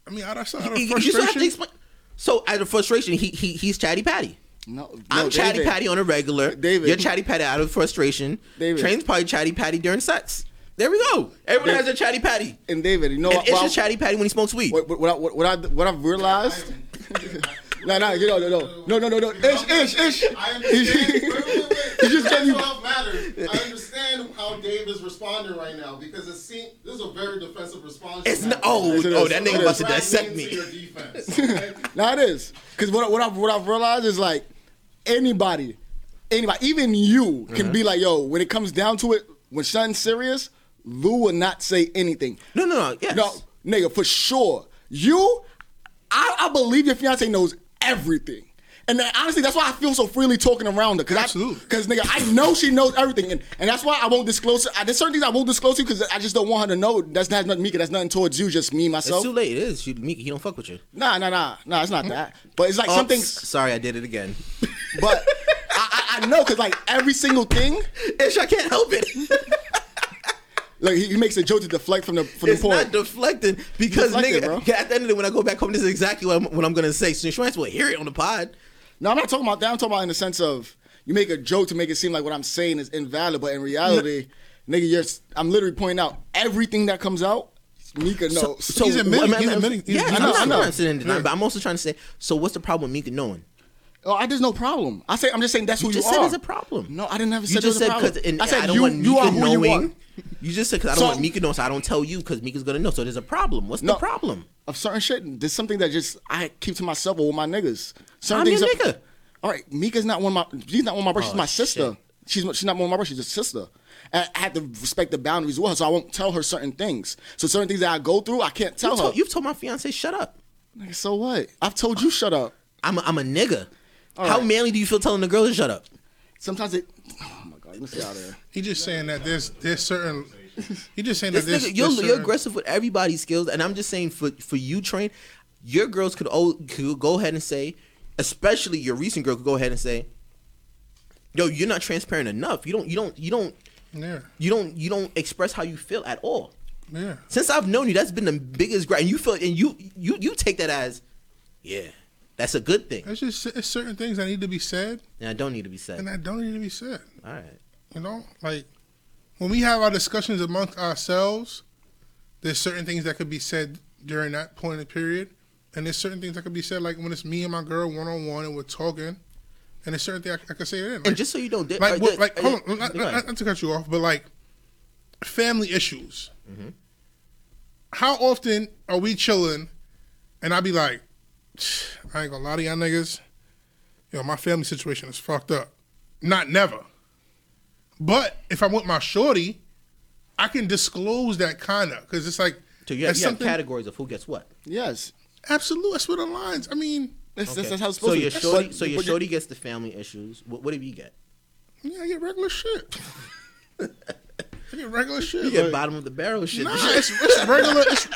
I mean, out of, out of
You- You still have to
frustration.
explain. So out of frustration, he, he he's chatty patty.
no, no,
I'm chatty
David.
patty on a regular.
David.
You're chatty patty out of frustration.
David.
Train's probably chatty patty during sex. There we go. Everyone
David.
has a chatty patty.
And David, you know
And
what?
it's
what,
just chatty patty when he smokes weed.
what, what, what, what, what, I, what I've realized. No, no, you know, no, no, no, no, no, no, ish, ish, ish.
I understand. wait, wait, wait, wait.
He just gave
That's
you-
what matters. I understand how Dave is responding right now because it seems this is a very defensive response.
It's
to
not.
that.
Oh,
It is.
oh, that
So
nigga about to
drag me
dissect
into
me.
your defense, okay?
Now it is because what what I've what I've realized is like anybody, anybody, even you
Uh-huh.
can be like, yo, when it comes down to it, when something's serious, Lou will not say anything.
No, no, no. Yes.
No, nigga, for sure. You, I, I believe your fiance knows everything. And then, honestly, that's why I feel so freely talking around her. Cause
Absolutely.
Because, nigga, I know she knows everything. And, and that's why I won't disclose it. I- There's certain things I won't disclose to because I just don't want her to know. That's not nothing, Mika. That's nothing towards you, just me,
It's
myself.
too late. It is. She, me, he don't fuck with you.
Nah, nah, nah. Nah, it's not that. But it's like
Oh,
some things.
Sorry, I did it again.
But I, I, I know because, like, every single thing,
Ish, I can't help it.
like, he, he makes a joke to deflect from the, from
it's
the point.
not deflecting because
Deflected,
nigga.
bro.
yeah, At the end of the day, when I go back home, this is exactly what I'm, what I'm gonna say. So insurance will hear it on the pod.
No, I'm not talking about that. I'm talking about in the sense of you make a joke to make it seem like what I'm saying is invalid, but in reality, nigga, you're I'm literally pointing out everything that comes out. Mika knows.
So
He's admitting-
what-
he's admitting- he's
yeah,
admitting
I'm not- I'm
something.
not saying denying, but I'm also trying to say. So what's the problem with Mika knowing?
oh, I, there's no problem. I say I'm just saying that's who you
just
are.
said there's a problem.
No, I didn't ever say
You
there's
just
a
said
problem.
because I,
I said
don't
you,
want Mika
you are who
knowing.
you are.
You just said because I don't
So-
want Mika knowing, so I don't tell you because Mika's gonna know. So there's a problem. What's
No.
the problem?
Of certain shit, there's something that just I keep to myself or with my niggas. Certain
I'm your
things
nigga.
all right, Mika's not one of my. She's not one of my brothers. she's
Oh,
my sister. She's she's not one of my brothers. She's a sister. And I have to respect the boundaries with her, so I won't tell her certain things. So certain things that I go through, I can't tell
You
her.
told, you've told my fiance shut up.
Nigga, so what? I've told you shut up.
I'm a, I'm a nigga.
All
How
right.
manly do you feel telling the girl to shut up?
Sometimes it. Oh my god, let's get out of there.
He's just saying that there's there's certain. He's just saying
This
that there's,
nigga, you're,
there's
uh,
you're
certain-
aggressive with everybody's skills, and I'm just saying for for you, train, your girls could, all, could go ahead and say, especially your recent girl could go ahead and say, "Yo, you're not transparent enough. You don't you don't you don't
Yeah,
you don't you don't express how you feel at all."
yeah.
Since I've known you, that's been the biggest gripe. And you feel and you you you take that as, yeah, that's a good thing.
It's just it's certain things that need to be said
And I don't need to be
and
said.
that don't need to be said.
All right.
You know, like when we have our discussions amongst ourselves, there's certain things that could be said during that point of period, and there's certain things that could be said like when it's me and my girl one on one and we're talking, and there's certain things I, I could say then.
And
Like,
just so you don't, di-
like,
uh,
what,
yeah,
like
uh,
hold
yeah,
on, not,
go
not,
ahead.
not to cut you off, but like family issues.
Mm-hmm.
How often are we chilling, and I be like, I ain't gonna lie to y'all niggas, yo, my family situation is fucked up. Not never, but if I'm with my shorty, I can disclose that kinda because it's like
So you have,
that's
you have
something-
categories of who gets what.
Yes.
Absolutely, that's what aligns. I mean,
That's,
Okay.
that's, that's how it's
so
supposed
your
to be.
shorty,
But-
so your
but you-
shorty gets the family issues. What, what do you get?
yeah, I get regular shit. I get regular shit.
You get
like-
bottom of the barrel shit.
Nah, it's, it's regular. It's,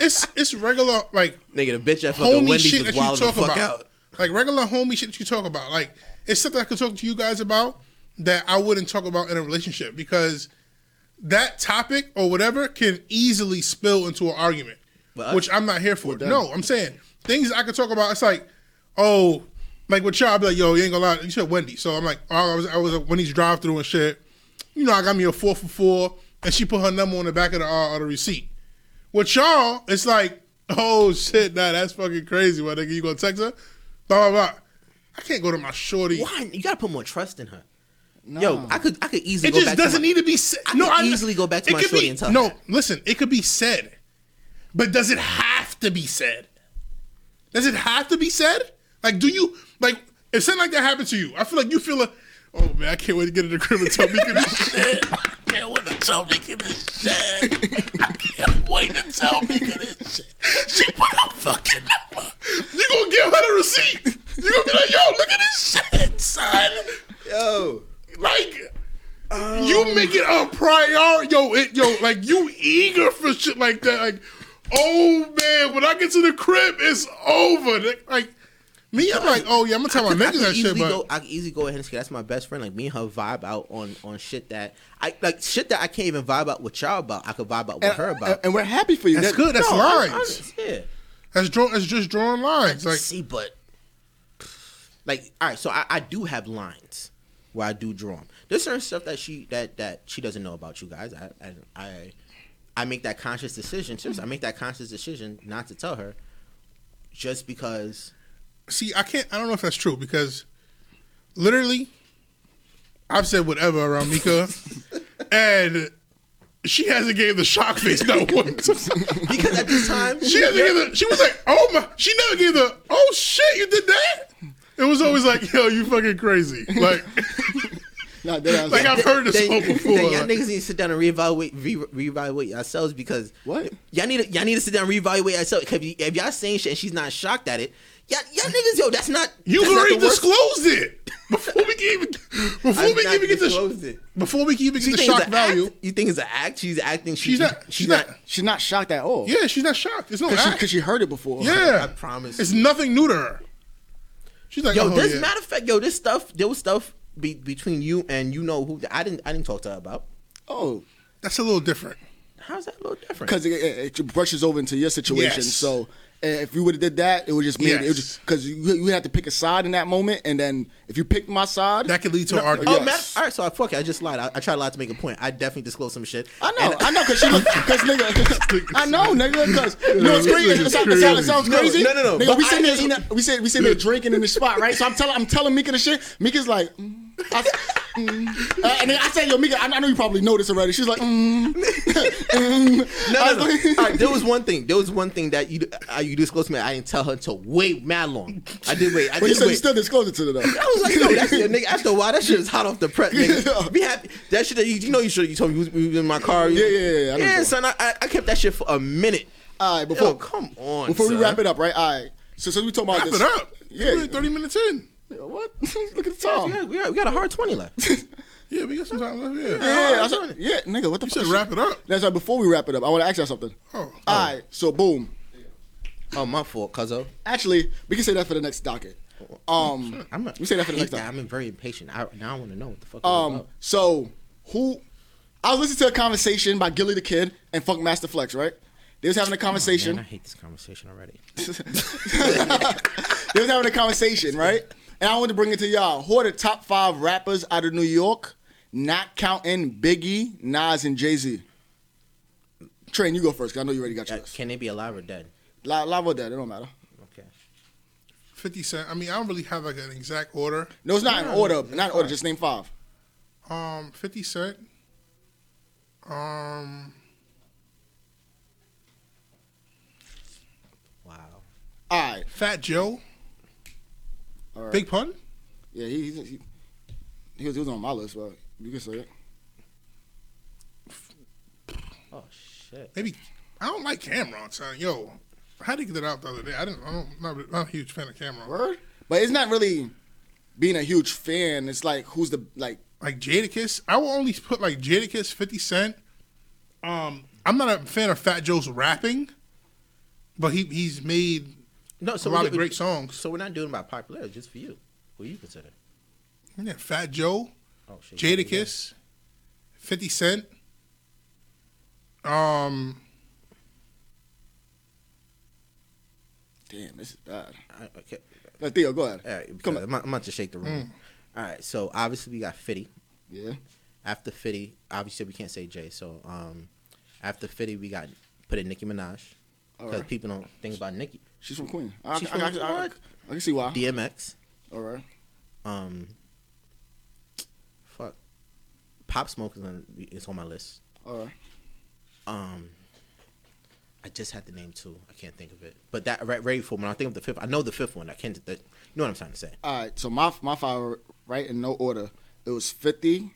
it's it's regular like
Nigga, the bitch at fucking
homie
Wendy's
shit
was
that you
wild the
talk
fuck
about.
out.
Like regular homie shit that you talk about. Like it's something I could talk to you guys about that I wouldn't talk about in a relationship because that topic or whatever can easily spill into an argument,
But I-
which I'm not here for. No, I'm saying things I could talk about. It's like, oh, like with y'all, I'd be like, yo, you ain't gonna lie. You said Wendy, so I'm like, oh, I was I was at Wendy's drive through and shit. You know, I got me a four for four, and she put her number on the back of the uh, of the receipt. With y'all, it's like, oh shit, nah, that's fucking crazy. What nigga, you gonna text her? Blah blah blah. I can't go to my shorty.
Why? You gotta put more trust in her. Yo, I could, I could easily.
It
go
just
back to
doesn't
my-
need to be said.
I
no,
could
I
easily go back to
it
my
could
shorty
be-
and tell
No,
her.
listen, it could be said, but does it have to be said? Does it have to be said? Like, do you like if something like that happened to you? I feel like you feel a. Oh man, I can't wait to get in the crib and tell me this shit.
Can't wait to tell me this shit. I can't wait to tell me this shit. She put her fucking number.
You gonna give her the receipt? You gonna be like, yo, look at this shit, son.
Yo,
Like
Oh.
you make it a priority, yo, it, yo, like you eager for shit like that. Like, oh man, when I get to the crib, it's over. Like me, I'm like, oh yeah, I'm gonna tell my
I
niggas
could
that shit,
easily
but
go. I could easily go ahead and say that's my best friend. Like me and her vibe out on on shit that I like shit that I can't even vibe out with y'all about. I could vibe out with her about.
And, and we're happy for you.
that's
That-
good. That's
No, I'm-
lines.
I'm- yeah.
that's draw. That's just drawing lines. Like
See, but like, all right. So I, I do have lines where I do draw 'em. There's certain stuff that she that that she doesn't know about you guys. I I I, I make that conscious decision. Seriously, I make that conscious decision not to tell her, just because.
see, I can't. I don't know if that's true because literally, I've said whatever around Mika, and she hasn't gave the shock face not once.
Because at this time,
She hasn't gave the. She was like, oh my. She never gave the. Oh shit, you did that. It was always like, yo, you fucking crazy. Like,
Nah, that was-
like I've heard this
then,
whole before.
then y'all
Like,
niggas need to sit down and reevaluate re- reevaluate yourselves because
What?
y'all need to, y'all need to sit down and reevaluate yourselves because if y'all saying shit and she's not shocked at it, y'all, y'all niggas yo, that's not
you
that's not
already
the worst-
disclosed it before we can even before
I've
we
not
can even get
disclosed
the
it.
before we can even
You
get the
think it's
shock
an
value.
Act? You think it's an act? She's acting. She,
She's not. She's not.
She's not shocked at all.
Yeah, she's not shocked. It's no
Because
act.
she, heard it before.
yeah,
I promise
It's
you.
nothing new to her. She's like,
Yo,
oh,
this
yeah.
matter of fact, yo, this stuff, there was stuff be, between you and you know who. I didn't. I didn't talk to her about.
Oh,
That's a little different.
How's that a little different?
because it, it, it brushes over into your situation.
Yes.
So eh, if you would have did that, it would just mean it would
Yes.
just because you you had to pick a side in that moment, and then if you picked my side,
That could lead to an argument.
Yes.
Oh, matter, all right. So I fuck it. I just lied. I, I tried to lie to make a point. I definitely disclosed some shit.
I know, I know, because she, because nigga, I know, nigga, because you know it's crazy. It sounds, it sounds
No,
crazy.
no, no, no,
Nigga,
but
we
I
sitting there,
ain't-
eating- we sit, we sitting there drinking in the spot, right? So I'm telling, I'm telling Mika the shit. Mika's like, mm. I, s- mm. Uh, and then I say, yo, Mika, I, I know you probably know this already. She's like, mm. mm.
No,
I was
no, no.
like-
All right, there was one thing. There was one thing that you uh, you disclosed to me. I didn't tell her until way mad long. I did wait. I
But you
did
said you
wait.
still disclosed it to her though.
I was like, no, that's it, nigga. After a while, that shit is hot off the press, nigga. Be happy. That shit that you, you know you should. You told me we was, we was in my car.
Yeah, yeah, yeah, yeah, I know
yeah
what
son. I, I I kept that shit for a minute.
All right, before
Yo, come on.
before
son.
we wrap it up, right? All right. So since we talking about
Wrap
this,
it up.
Yeah.
Yeah, thirty minutes in.
What? Look at the
we
time.
got, we got- we got a hard twenty left.
Yeah, we got some time left. Yeah.
Yeah, I said, yeah, nigga, what the
You
fuck?
said wrap it up.
That's right. Before we wrap it up, I want to ask y'all something.
Oh.
All right, so boom.
oh, my fault, cuzzo.
Actually, we can say that for the next docket. Um,
I'm a,
we say that for the
I
next
hate that.
docket.
I'm very impatient. I, now I want to know what the fuck.
Um,
Um,
so who? I was listening to a conversation by Gilly the Kid and Funk Master Flex, right? They was having a
man,
conversation.
I hate this conversation already. Oh,
they was having a conversation, right? And I wanted to bring it to y'all. Who are the top five rappers out of New York not counting Biggie, Nas, and Jay Z. Train, you go first, cause I know you already got
Uh,
yours.
Can they be alive or dead?
La Lava Dead, it don't matter.
Okay.
Fifty Cent. I mean, I don't really have like an exact order.
No, it's not in order. Not in order. Just name five.
Um, Fifty Cent. Um,
Wow.
All right.
Fat Joe.
All right.
Big pun.
Yeah, he he, he, he was, he was on my list, but you can say it.
Oh shit.
Maybe I don't like Cameron. Son, yo, I had to get it out the other day. I didn't. I don't, I'm not, I'm not a huge fan of Cameron.
Word. But it's not really being a huge fan. It's like who's the like
like Jadakiss. I will only put like Jadakiss, Fifty Cent. Um, I'm not a fan of Fat Joe's rapping, but he he's made
No, so
a lot
we-
of great songs.
So we're not doing by popularity, just for you. Who you consider?
Yeah, Fat Joe,
Oh shit.
Jadakiss, Fifty Cent. Um,
damn. This is bad.
I- okay.
Now, Theo, go ahead.
All right,
Come
because I'm, I'm about to shake the room. All right, so obviously we got Fitty.
Yeah.
After Fitty, obviously we can't say Jay. So um, after Fitty, we got put in Nicki Minaj
All
because
right.
people don't think about Nicki.
She's from Queen. I,
She's
I, I,
from-
I, I,
what?
I can see why.
DMX,
All right.
um, fuck, Pop Smoke is on, is on my list.
All right.
Um, I just had the name too. I can't think of it. But that right, ready for when I think of the fifth, I know the fifth one. I can't. The, you know what I'm trying to say?
All right. So my my five right in no order. It was Fifty,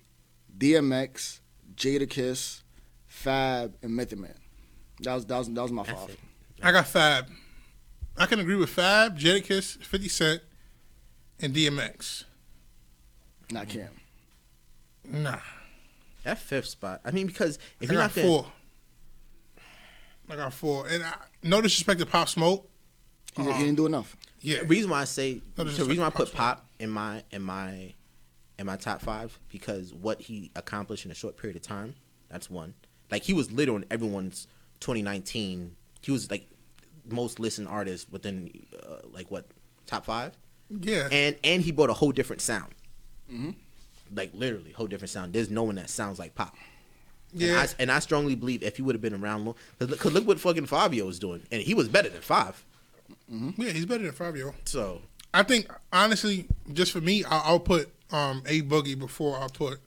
DMX, Jadakiss, Fab, and Method Man. That was that was that was my
That's
five.
it.
I got Fab. I can agree with Fab, Jadakiss, Fifty Cent, and DMX.
Not Cam.
Nah,
That fifth spot. I mean, because if
I
you're
got
not gonna,
four. I got four, and I, no disrespect to Pop Smoke.
Oh.
He, he didn't do enough.
Yeah,
The reason why I say
No,
the
this is
reason why I
fucking
put
Pop
Pop in my in my in my top five because what he accomplished in a short period of time. That's one. Like he was literally on everyone's 2019. He was like most listened artist within uh, like what top five,
yeah.
and and he brought a whole different sound.
Mm-hmm.
Like literally, whole different sound. There's no one that sounds like Pop. And,
Yeah.
I, and I strongly believe if he would have been around long, because look what fucking Fabio was doing, and he was better than Five.
yeah, he's better than Fabio.
So
I think honestly, just for me, I'll, I'll put um, a boogie before I put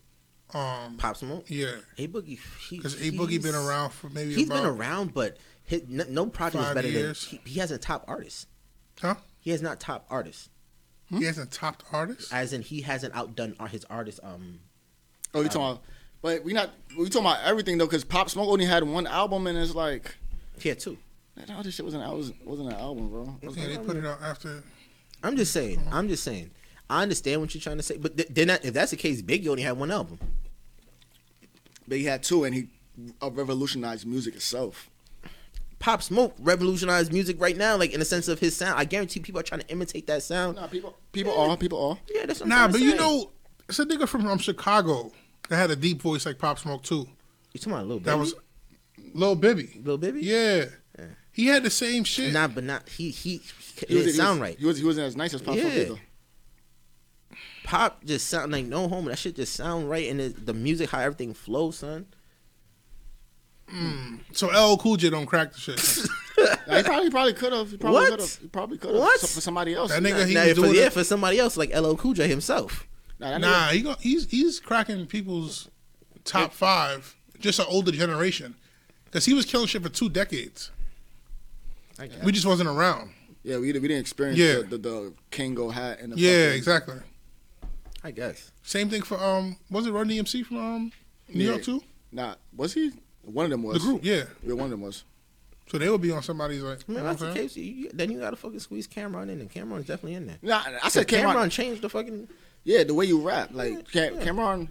um,
Pop Smoke,
yeah,
A Boogie, he-
because a boogie been
he's-
around for maybe
He's
about,
been around, but his, no, no project is
Five
better
years.
than he, he hasn't top artist.
Huh?
He has not top artist, Hmm?
He hasn't topped artist.
as in he hasn't outdone ar- his artist. Um,
Oh, you talking about? But we not we talking about everything though, because Pop Smoke only had one album, and it's like
he had two.
man, all this shit wasn't al- wasn't wasn't an album, bro. It was
yeah,
like-
they put it out after.
I'm just saying. I'm just saying. I understand what you're trying to say, but th- then that, if that's the case, Biggie only had one album.
but he had two, and he uh, revolutionized music itself.
Pop Smoke revolutionized music right now, like in the sense of his sound. I guarantee people are trying to imitate that sound.
Nah, people people are people are.
Yeah, that's what I'm
Nah,
trying to
but you
say.
know, it's a nigga from, from Chicago that had a deep voice like Pop Smoke too.
you talking about little
That was Lil Bibby.
Lil Bibby?
Yeah. he had the same shit.
Nah, but not he. He, he
He was-
didn't
he
sound
was,
right.
He was he wasn't as nice as Pop Smoke
Yeah.
either.
Pop just sound like no homo. That shit just sound right, and it, the music, how everything flows, son.
So LL Cool J don't crack the shit.
Nah, he probably he probably could have. He probably
What?
could have. He probably could have
What?
for somebody else.
That nigga-
Now,
he
now
was
for,
doing
yeah,
it-
for somebody else like LL Cool J himself.
Nah, that nigga-
Nah, he go, he's he's cracking people's top five, just an older generation, because he was killing shit for two decades.
I get
We just wasn't around.
Yeah, we, we didn't experience
Yeah.
the, the, the Kango hat and the
Yeah,
fucking-
exactly.
I guess.
Same thing for um, was it Run DMC from um, New
Yeah.
York too?
Nah, was he? One of them was
The group, yeah.
Yeah, one of them was.
So they would be on somebody's like.
I
you
mean,
know
that's
what
the
I'm saying?
case. You, you- then you gotta fucking squeeze Cameron in, and Cameron's definitely in there.
Nah, I said
Cameron,
Cameron.
changed the fucking.
Yeah, the way you rap, like
Yeah,
Cam-
yeah.
Cameron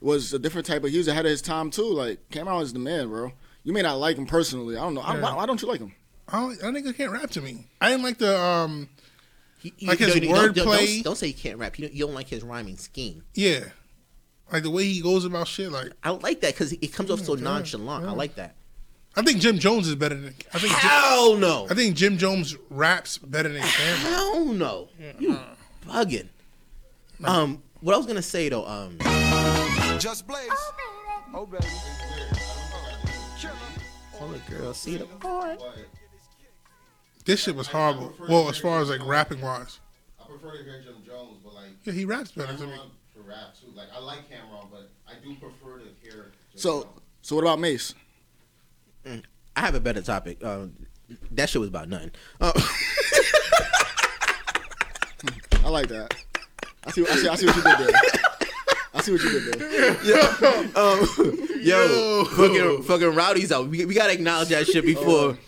was a different type of. He was ahead of his time too. Like Cameron was the man, bro. You may not like him personally. I don't know. I, why, why don't you like him?
I don't, that nigga can't rap to me. I didn't like the um,
He, he-
Like his
don't- don't- don't-
wordplay.
Don't, don't say he can't rap. You don't, you don't like his rhyming scheme.
yeah, like the way he goes about shit. Like
I like that because it comes off so nonchalant. I like that.
I think Jim Jones is better than I think. Jim,
Hell no.
I think Jim Jones raps better than Cameron.
Hell no. You bugging. Um, what I was gonna say though, um,
Just blaze. Oh, baby.
All the girls see the
This shit was horrible. Well, as far as like rapping wise,
I prefer to hear Jim Jones, but like
yeah, he raps better to me.
Cameron for rap too. Like I like Cameron, but I do prefer to hear. Jim
So,
Jones.
so what about Mace?
I have a better topic. Um, that shit was about nothing. Uh,
I like that. I see. I see. I see what you did there. I see what you did there.
yo, fucking fucking rowdies out. We, we gotta acknowledge that shit before.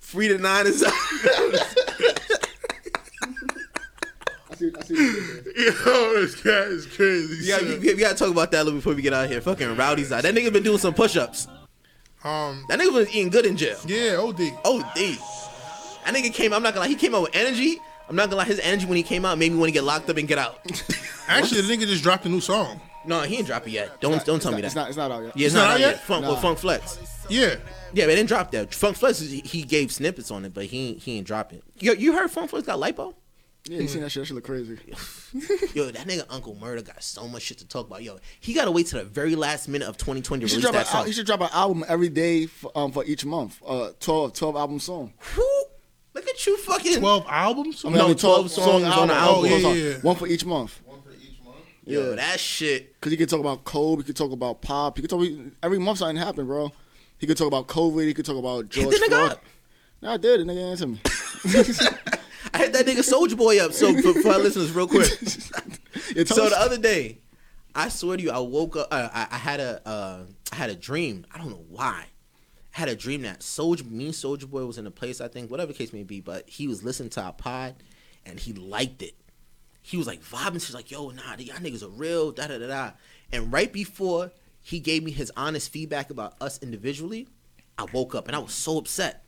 Free to nine is out.
I see. I see what you did there.
Yo, this guy is crazy.
we, gotta,
shit.
we- we gotta talk about that a little before we get out of here. Fucking rowdies out. That nigga been doing some push-ups.
Um,
That nigga was eating good in jail.
yeah, OD.
Oh, D. That nigga came. I'm not gonna lie. He came out with energy. I'm not gonna lie. His energy when he came out made me want to get locked up and get out.
Actually, the nigga just dropped a new song.
no, he ain't drop it yet. Don't don't tell me that.
It's not. It's not out yet.
yeah, it's, not, out yet. Funk, well,
Nah.
Funk Flex.
Yeah,
Yeah, but it didn't drop that. Funk Flex, is- he gave snippets on it, but he ain't- he ain't drop it. Yo, you heard Funk Flex got lipo?
Yeah, you seen that shit? That shit look crazy.
Yo, that nigga Uncle Murder got so much shit to talk about. Yo, he gotta wait till the very last minute of 2020 to
He should
release
drop.
that
A,
song.
he should drop an album every day for, um, for each month. Uh, 12, 12 album song.
Who? Look at you fucking.
twelve albums.
I
No,
I mean,
12 songs on an
album.
one
Oh, yeah,
song.
yeah, yeah.
One for each month.
one for each month.
Yo, that shit.
Cause he could talk about Kobe, he could talk about pop, he could talk every month something happened, bro. He could talk about COVID, he could talk about
Hit
George
the nigga
Floyd.
up.
No, I did. The nigga answered me.
I hit that nigga Soldier Boy up. So for, for our listeners, real quick.
Yeah, tell
so
us-
the other day, I swear to you, I woke up. Uh, I, I had a uh, I had a dream. I don't know why. I had a dream that Soldier, me Soldier Boy was in a place. I think whatever the case may be, but he was listening to our pod, and he liked it. He was like vibing. He's like, "Yo, nah, y'all niggas are real." Da da da da. And right before he gave me his honest feedback about us individually, I woke up and I was so upset.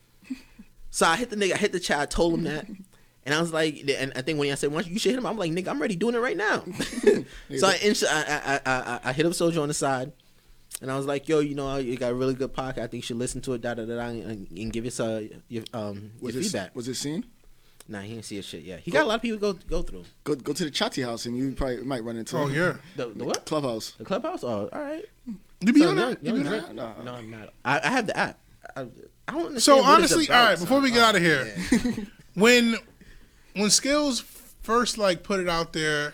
So I hit the nigga, I hit the chat, I told him that. And I was like, and I think when I said, "Why you should hit him?" I'm like, "Nigga, I'm already doing it right now." so I, inch, I, I, I, I hit up Soldier on the side, and I was like, "Yo, you know, you got a really good podcast. I think you should listen to it, da da da, da and, and give us uh, your, um, your
was it
feedback."
was it seen?
nah, he didn't see a shit yet. He got a lot of people to go go through
Go go to the chatty house and you probably might run into.
Oh
him.
yeah,
the, the what
clubhouse.
the clubhouse. Oh, all right.
you be
No,
on
no,
that.
no,
You be on
no,
that.
Nah.
no, I'm not. I, I have the app. I, I don't. understand
So
what it's
honestly,
about,
all right.
son.
Before we get out of here, when when Skills first like put it out there,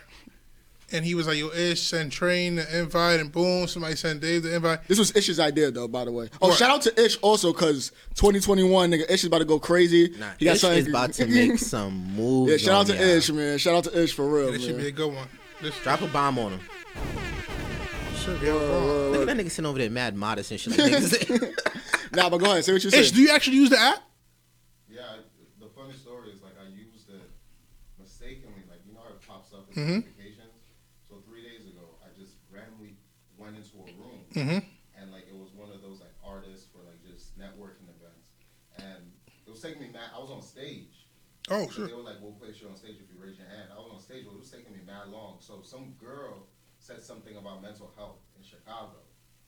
and he was like, "Yo, Ish, send Train the invite," and boom, somebody sent Dave the invite.
This was Ish's idea though, by the way. Oh,
Right.
shout out to Ish also, cause 2021 nigga Ish is about to go crazy.
Nah,
he got
Ish
something
is about to make some moves.
yeah, shout out
on
to
y'all.
Ish, man. Shout out to Ish for real,
This should be a
man.
good one. This
Drop a bomb on him.
should be a good one.
Look at that nigga sitting over there mad modest and shit. Like, niggas-
Nah, but go ahead, say what you
Ish,
said.
do you actually use the app?
Yeah, I- the funny story is like I used it mistakenly. Like you know how it pops up in
Mm-hmm.
notifications. So three days ago, I just randomly went into a room,
Mm-hmm.
and like it was one of those like artists for like just networking events, and it was taking me mad. I was on stage.
Oh,
So
sure.
they were like, "We'll place you on stage if you raise your hand." I was on stage, but it was taking me mad long. So some girl said something about mental health in Chicago.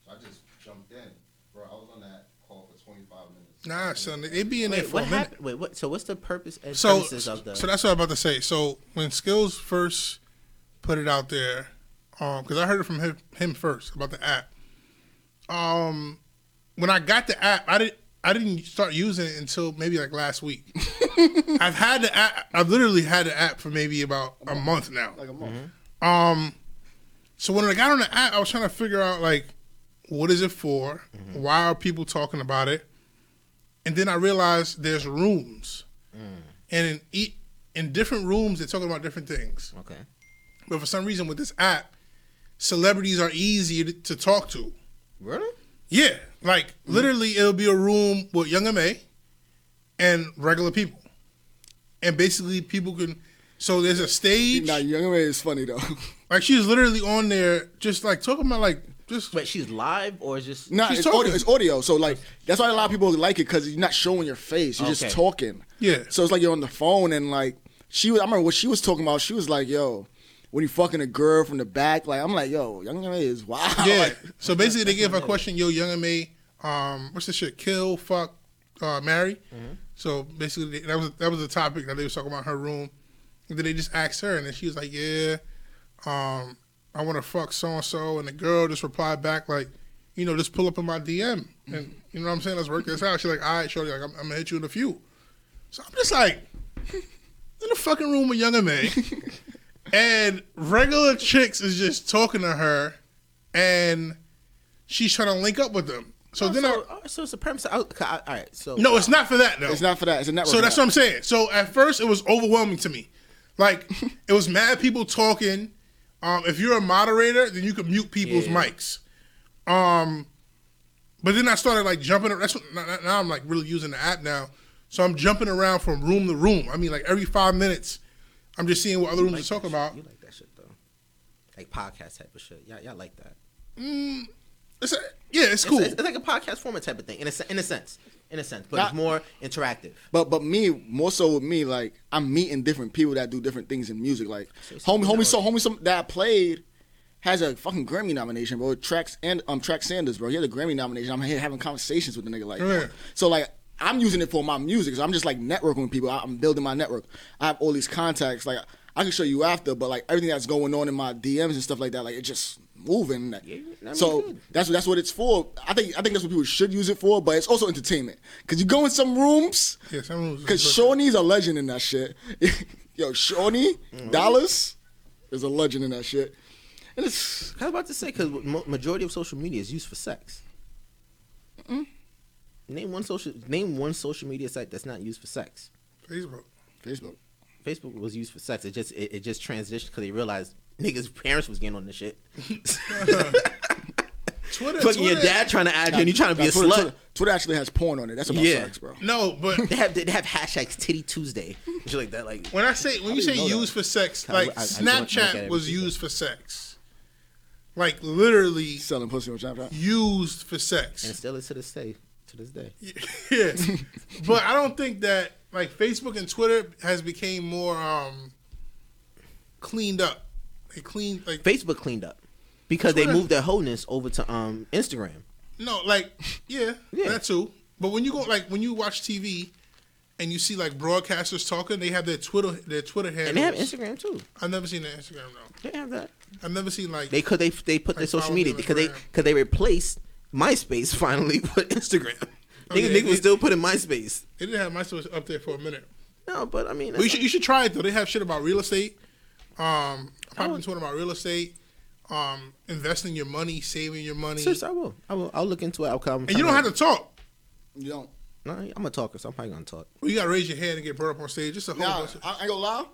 So I just jumped in, bro. I was on that call for 25 minutes.
Nah, son, they be in there
Wait,
for
what
a minute.
happened? Wait, what? So what's the purpose and
So,
premises
so
of the?
that's what I'm about to say. So when Skills first put it out there, um, because I heard it from him, him first about the app. Um, when I got the app, I didn't I didn't start using it until maybe like last week. I've had the app. I've literally had the app for maybe about a month now.
Like a month.
Um, so when I got on the app, I was trying to figure out like, what is it for? Why are people talking about it? And then I realized there's rooms, and in each, in different rooms they're talking about different things.
okay.
But for some reason with this app, celebrities are easier to, to talk to.
Really?
Yeah, like literally, it'll be a room with Young Ma and regular people, and basically people can. So there's a stage.
Nah, Young Ray is funny though.
Like she was literally on there, just like talking about like just
Wait, she's live or is just?
Nah,
She's
it's
talking.
audio, it's audio. So like that's why a lot of people like it because you're not showing your face. You're
Okay.
just talking.
Yeah.
So it's like you're on the phone and like she was. I remember what she was talking about. She was like, "Yo, when you fucking a girl from the back." Like I'm like, "Yo, young man is wow."
yeah.
Like,
so basically, they give her a question. Yo, Young and May, um, what's the shit? Kill, fuck, uh, marry. So basically, that was that was the topic that they was talking about in her room. And then they just asked her, and then she was like, yeah, um, I want to fuck so and so, and the girl just replied back like, you know, just pull up in my DM, and you know what I'm saying? Let's work this out. She's like, all right, shorty, like I'm, I'm gonna hit you in a few. So I'm just like in the fucking room with younger man, and regular chicks is just talking to her, and she's trying to link up with them. So then I.
so, oh, so it's a premise. I, okay, I- all right, so
No, it's not for that though.
It's not for that. It's a network.
So that's what I'm saying. So at first it was overwhelming to me. Like it was mad people talking. Um, if you're a moderator, then you can mute people's mics. Um, but then I started like jumping. That's what, now- now now I'm like really using the app now. So I'm jumping around from room to room. I mean, like every five minutes, I'm just seeing what other rooms are talking about.
you like that shit though, like podcast type of shit. Y'all, y'all like that.
It's a- yeah, it's
It's-
cool.
It's, it's like a podcast format type of thing, in a, se- in a sense, in a sense, but
Not-
it's more interactive.
But but me more so with me like I'm meeting different people that do different things in music. Like
it's
homie
cool.
homie so homie some that I played has a fucking Grammy nomination, bro. Tracks and um Track Sanders, bro. He had a Grammy nomination. I'm here having conversations with the nigga like
Yeah.
so like. I'm using it for my music, so I'm just like networking with people. I- I'm building my network. I have all these contacts. Like I can show you after, but like everything that's going on in my DMs and stuff like that, like it's just moving.
I mean,
so
good.
that's what that's what it's for. I think I think that's what people should use it for, but it's also entertainment. Cause you go in some rooms,
Yeah, some rooms is
Cause
good.
Shawnee's a legend in that shit. Yo, Shawnee
Mm-hmm.
Dallas is a legend in that shit. And it's
I was about to say because majority of social media is used for sex. Name one social name one social media site that's not used for sex.
Facebook.
Facebook.
Facebook was used for sex. It just it, it just transitioned because they realized niggas' parents was getting on this shit.
Twitter.
Fucking your
Twitter-
dad trying to add you and you trying to be a
Twitter,
slut.
Twitter, Twitter actually has porn on it. That's about
Yeah.
sex, bro.
No, but
They have they have hashtags Titty Tuesday, shit like that. Like
When I say when you
do you
say
know that?
used for sex,
I-
like
I- I don't look at
Snapchat
every
was
detail.
used for sex, like literally
Selling pussy on Snapchat.
used for
and
sex.
still is to this day. To this day,
yeah, but I don't think that like Facebook and Twitter has became more um cleaned up. They cleaned like
Facebook cleaned up because they
Twitter-
moved their wholeness over to um Instagram.
no, like yeah,
Yeah.
that too. But when you go like when you watch TV and you see like broadcasters talking, they have their Twitter their Twitter handles.
And they have Instagram too.
I've never seen their Instagram though.
They have that.
I've never seen like
They could they they put their
Like,
social
follow
media
me on
because they
Instagram.
because they replaced MySpace finally with Instagram.
yeah,
nigga, nigga was
it-
still putting MySpace.
they didn't have my source up there for a minute.
No, but I mean,
Well, you should you should try it though. They have shit about real estate. Um, I've been talking about real estate, um, investing your money, saving your money,
seriously, I will. I will. I'll look into it. I'll come.
and you don't have to talk.
You don't.
No, I'm a talker, so I'm probably gonna talk.
You gotta raise your hand and get brought up on stage. It's a whole
Nah,
bunch of-
I, I ain't gonna lie.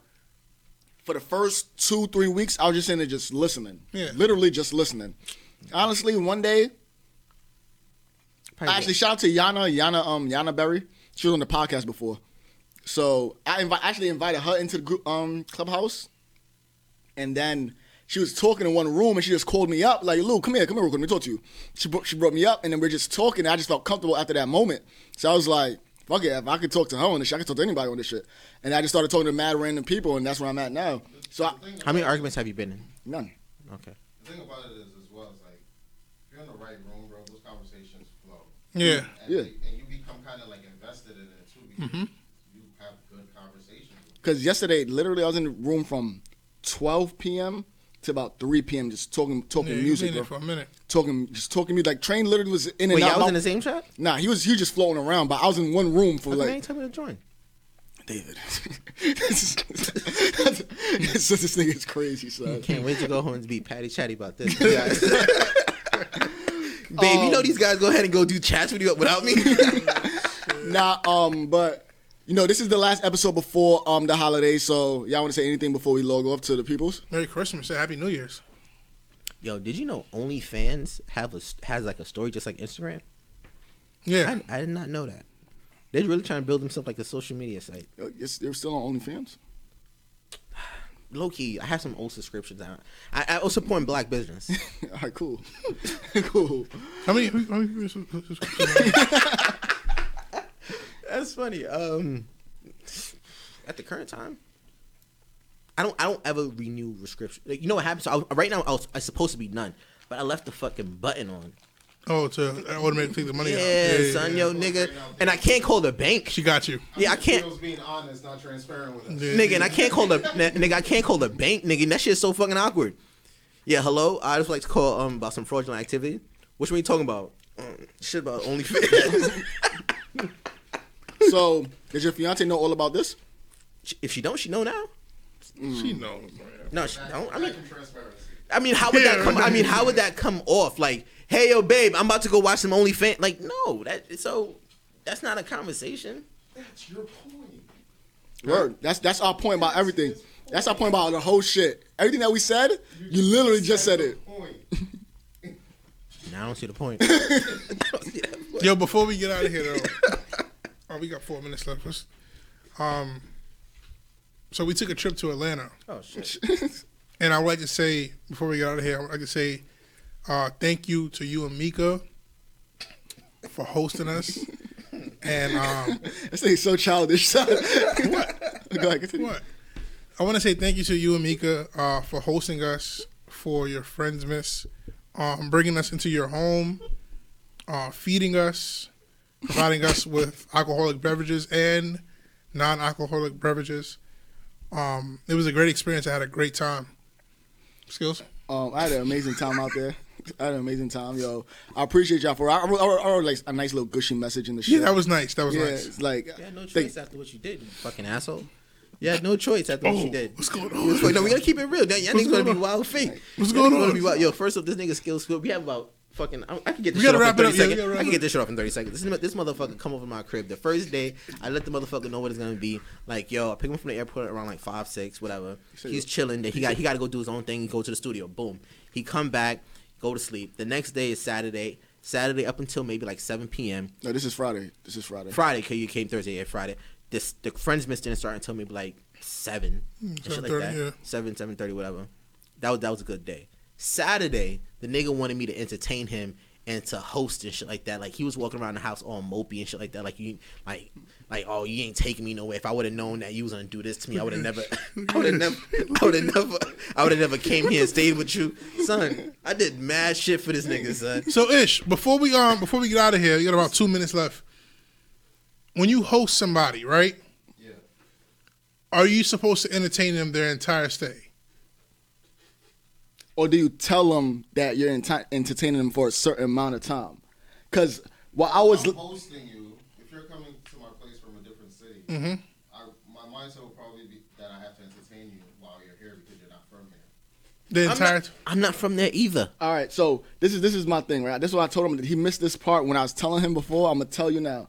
For the first two, three weeks, I was just in there just listening.
Yeah.
Literally just listening. Honestly, one day,
Probably
Actually,
will.
shout out to Yana, Yana, um, Yana Berry. She was on the podcast before, so I invi- actually invited her into the group, um, clubhouse, and then she was talking in one room, and she just called me up like, "Lou, come here, come here, real quick, let me talk to you." She brought, she brought me up, and then we are just talking. And I just felt comfortable after that moment, so I was like, "Fuck it, if I could talk to her on this, shit, I could talk to anybody on this shit." And I just started talking to mad random people, and that's where I'm at now. So I,
The thing,
How many arguments have you been in?
none.
Okay.
the thing about it is, as well, is like, if you're in the right room, bro, those conversations flow.
yeah.
And,
Yeah. Mm-hmm.
and you become kind of like invested in it too because you have good conversations.
Because yesterday, literally, I was in the room from 12 p.m. to about 3 p.m. just talking, talking
yeah you
music,
been there
bro.
for a minute.
talking, just talking to me. Like Train literally was in and
Wait,
out.
y'all was
my-
in the same chat?
nah, he was he was just floating around, but I was in one room for
How come they
like
ain't tell me to join?
David. this, is- this, this nigga is crazy, son.
Can't wait to go home and be patty chatty about this. Babe, you know
Um,
these guys go ahead and go do chats with you without me.
Nah, um, but you know this is the last episode before um the holiday, so y'all want to say anything before we log off to the peoples?
Merry Christmas and Happy New Year's.
Yo, did you know OnlyFans have a s- has like a story just like Instagram?
Yeah,
I, I did not know that. They're really trying to build themselves like a social media site.
Uh, It's, they're still on OnlyFans.
Low key, I have some old subscriptions. I I, I also support black business.
All right, cool, cool.
how many? How many, how many subscribers?
That's funny. Um, at the current time, I don't I don't ever renew prescription. Like, you know what happens? So I, right now, I was, I was supposed to be none, but I left the fucking button on.
oh, to automatically take the money
Yeah,
out.
son,
yeah.
yo, nigga, and I can't call the bank.
She got you.
yeah, I
It
can't.
feels being honest, not transparent with us.
Yeah.
nigga, and I can't call the n- nigga. I can't call the bank, nigga. and That shit's so fucking awkward. Yeah, hello. I just like to call um about some fraudulent activity. Which one you talking about? Um, shit about OnlyFans.
So, does your fiance know all about this?
She- if she don't, she know now.
Mm.
She knows, man.
No, she don't. I mean,
Back in transparency.
I mean, how would that come? I mean, how would that come off? Like, hey, yo, babe, I'm about to go watch some OnlyFans. Like, no, that so that's not a conversation.
That's your point.
Word. That's that's our point about everything. That's our point about the whole shit. Everything that we said, you literally just said
the
it.
Point.
Now I don't see the point. I don't see that point.
Yo, before we get out of here though, oh, we got four minutes left. Let's- um, so we took a trip to Atlanta,
Oh shit.
and I would like to say before we get out of here, I would like to say uh, thank you to you and Mika for hosting us, and um,
This thing's so childish. son. Go ahead, continue.
What? I want to say thank you to you, Amika, uh, for hosting us for your friends, miss, um, bringing us into your home, uh, feeding us, providing us with alcoholic beverages and non-alcoholic beverages. Um, it was a great experience. I had a great time. Skills.
Um, I had an amazing time out there. I had an amazing time, yo. I appreciate y'all for. I, wrote- I, wrote- I wrote like a nice little gushy message in the shit.
Yeah, that was nice. That was
Yeah,
nice.
it's like
You had no
thank-
choice after what you did, you fucking asshole. You had no choice after what you did.
Oh, what's going
You was
on?
like, no, we gotta keep it real. That y'all niggas gonna
going
be wild fake.
What's
Y'all niggas
going
gonna
on?
Be wild. Yo, first up, this nigga skills school. We have about fucking. I, I can get
We
this shit
gotta
off in
wrap it
thirty
up. Yeah, we
seconds.
gotta wrap
I
it
can
up.
get this shit off in thirty seconds. This, this motherfucker come over to my crib the first day. I let the motherfucker know what it's gonna be. Like, yo, I pick him up from the airport around like five, six, whatever. He's chilling. Then he got he got to go do his own thing. He go to the studio. Boom. He come back, go to sleep. The next day is Saturday. Saturday up until maybe like seven p.m.
No, this is Friday. This is Friday.
Friday, cause you came Thursday and Friday. This the friends missed didn't start until maybe like seven, and shit like
7:30,
that.
yeah.
Seven, seven thirty, whatever. That was that was a good day. Saturday, the nigga wanted me to entertain him and to host and shit like that. Like he was walking around the house all mopey and shit like that. Like you, like, like oh you ain't taking me nowhere. If I would have known that you was gonna do this to me, I would have never, I would have never, I would have never, I would have never came here and stayed with you, son. I did mad shit for this nigga, son.
So Ish, before we um before we get out of here, you got about two minutes left. When you host somebody, right?
Yeah.
Are you supposed to entertain them their entire stay?
or do you tell them that you're enti- entertaining them for a certain amount of time? Because while I was,
I'm hosting you. If you're coming to my place from a different city,
Mm-hmm.
I, my mindset will probably be that I have to entertain you while you're here because you're not from here.
The
I'm
entire.
not, I'm not from there either.
all right, so this is this is my thing, right? This is what I told him. He missed this part when I was telling him before. I'm gonna tell you now,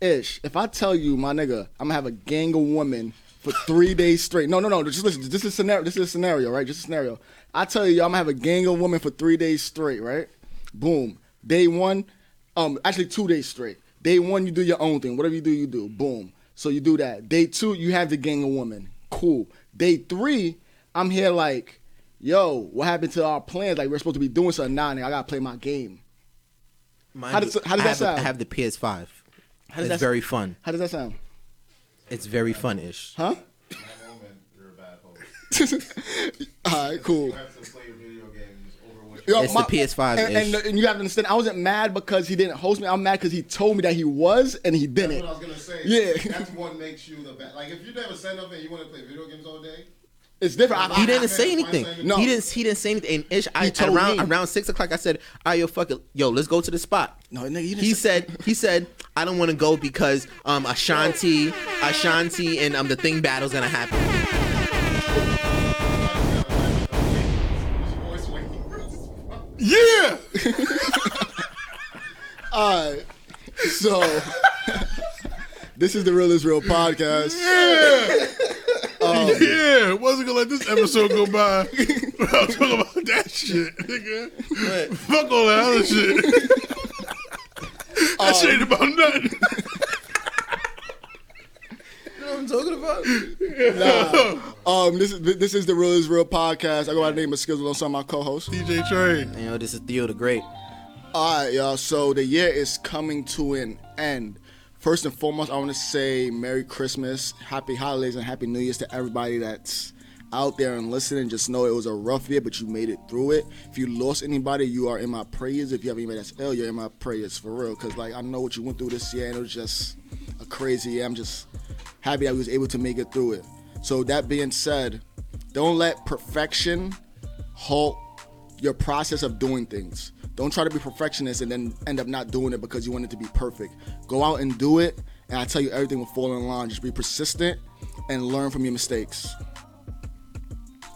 Ish. If I tell you, my nigga, I'm gonna have a gang of women for three days straight. No, no, no. Just listen. This is scenario. This is a scenario, right? Just a scenario. I tell you, I'm gonna have a gang of women for three days straight, right? Boom. Day one, um, actually two days straight. Day one, you do your own thing. Whatever you do, you do. Boom. So you do that. Day two, you have the gang of women. Cool. Day three, I'm here like, yo, what happened to our plans? Like we're supposed to be doing something now, and I gotta play my game.
Mind
How does-
you,
how does
I
that
have a-
sound?
I have the PS5.
How does
it's
that-
very fun.
How does that sound?
It's very fun-ish.
Huh?
In that moment, you're a bad host.
All right, cool.
You have to play video games over what
Yo,
It's the PS5
and, and,
ish.
and you have to understand. I wasn't mad because he didn't host me. I'm mad because he told me that he was, and he
That's
didn't.
what I was gonna say.
Yeah.
that's what makes you the best. Like if you never said nothing, you want to play video games all day.
It's different. I,
He
I,
didn't say
Am I
anything.
saying-
No.
He didn't. He didn't say anything. And ish, I
told
around
me.
around six o'clock, I said, "All right, yo, fuck it, yo, let's go to the spot."
No, nigga, you didn't
He
say-
said, "He said I don't want to go because um Ashanti, Ashanti, and um the thing battle's gonna happen."
Voice waiting.
Yeah.
All right. So this is the Real is Real podcast.
yeah, wasn't gonna let this episode go by without talking about that shit, nigga. Fuck all that other shit. that shit ain't about nothing.
I'm talking about.
Um, this is this is the Real is Real podcast. I go by the name of Skizzle on some of my co-hosts.
DJ Trey,
You know, this is Theo the Great.
All right, y'all. So the year is coming to an end. First and foremost, I want to say Merry Christmas, Happy Holidays, and Happy New Year's to everybody that's out there and listening. Just know it was a rough year, but you made it through it. If you lost anybody, you are in my prayers. If you have anybody that's ill, you're in my prayers for real. Cause like I know what you went through this year, and it was just a crazy year. I'm just happy that we was able to make it through it. So that being said, don't let perfection halt your process of doing things. Don't try to be perfectionist and then end up not doing it because you want it to be perfect. Go out and do it, and I tell you everything will fall in line. Just be persistent and learn from your mistakes.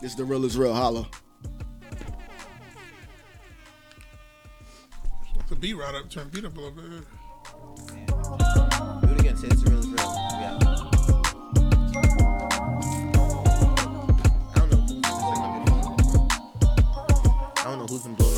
This is the real is real holla.
The beat right up, turn the beat up a little bit.
Do it again. Say it's real, it's real. Yeah. I don't know who's been- it's like my phone. I don't know who's been blowing